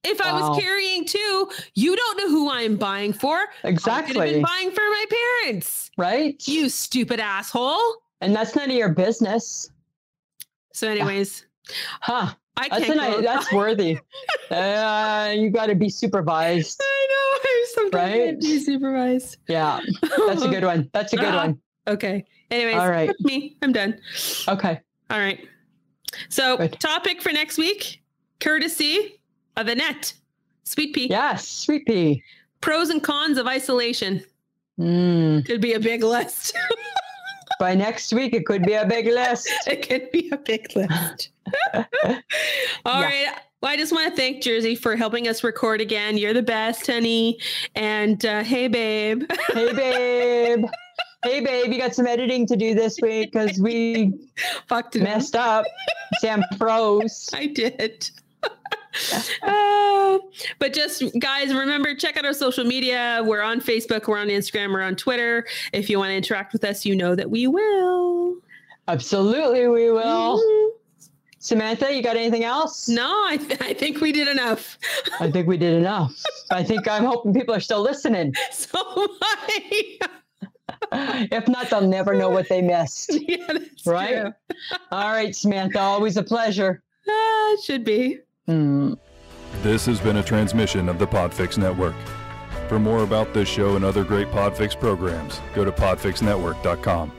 If I Wow. was carrying two, you don't know who I'm buying for. I could have exactly. been buying for my parents. Right. You stupid asshole. and that's none of your business, So, anyways, huh? I That's can't. an, go- that's worthy. Uh, you got to be supervised. I know. I'm sometimes Right? I have to be supervised. Yeah, that's a good one. That's a good Ah. one. Okay. Anyways, All right. that's me. I'm done. Okay. All right. So, Good. topic for next week courtesy of Annette. Sweet pea. Yes, sweet pea. Pros and cons of isolation Mm. could be a big list. By next week, it could be a big list. it could be a big list. All Yeah. right. Well, I just want to thank Jersey for helping us record again. You're the best, honey. And uh, hey, babe. Hey, babe. Hey, babe. You got some editing to do this week because we Fucked it. up. messed up. Sam froze. I did. Uh, but just guys, remember check out our social media. We're on Facebook, we're on Instagram, we're on Twitter. If you want to interact with us, you know that we will. Absolutely, we will. Mhm. Samantha, you got anything else? No, I, th- I think we did enough. I think we did enough. I think I'm hoping people are still listening. So my If not, they'll never know what they missed. yeah, that's Right? true. All right, Samantha, always a pleasure. Ah, it should be. Mm. This has been a transmission of the Podfix Network. For more about this show and other great Podfix programs, go to podfixnetwork.com.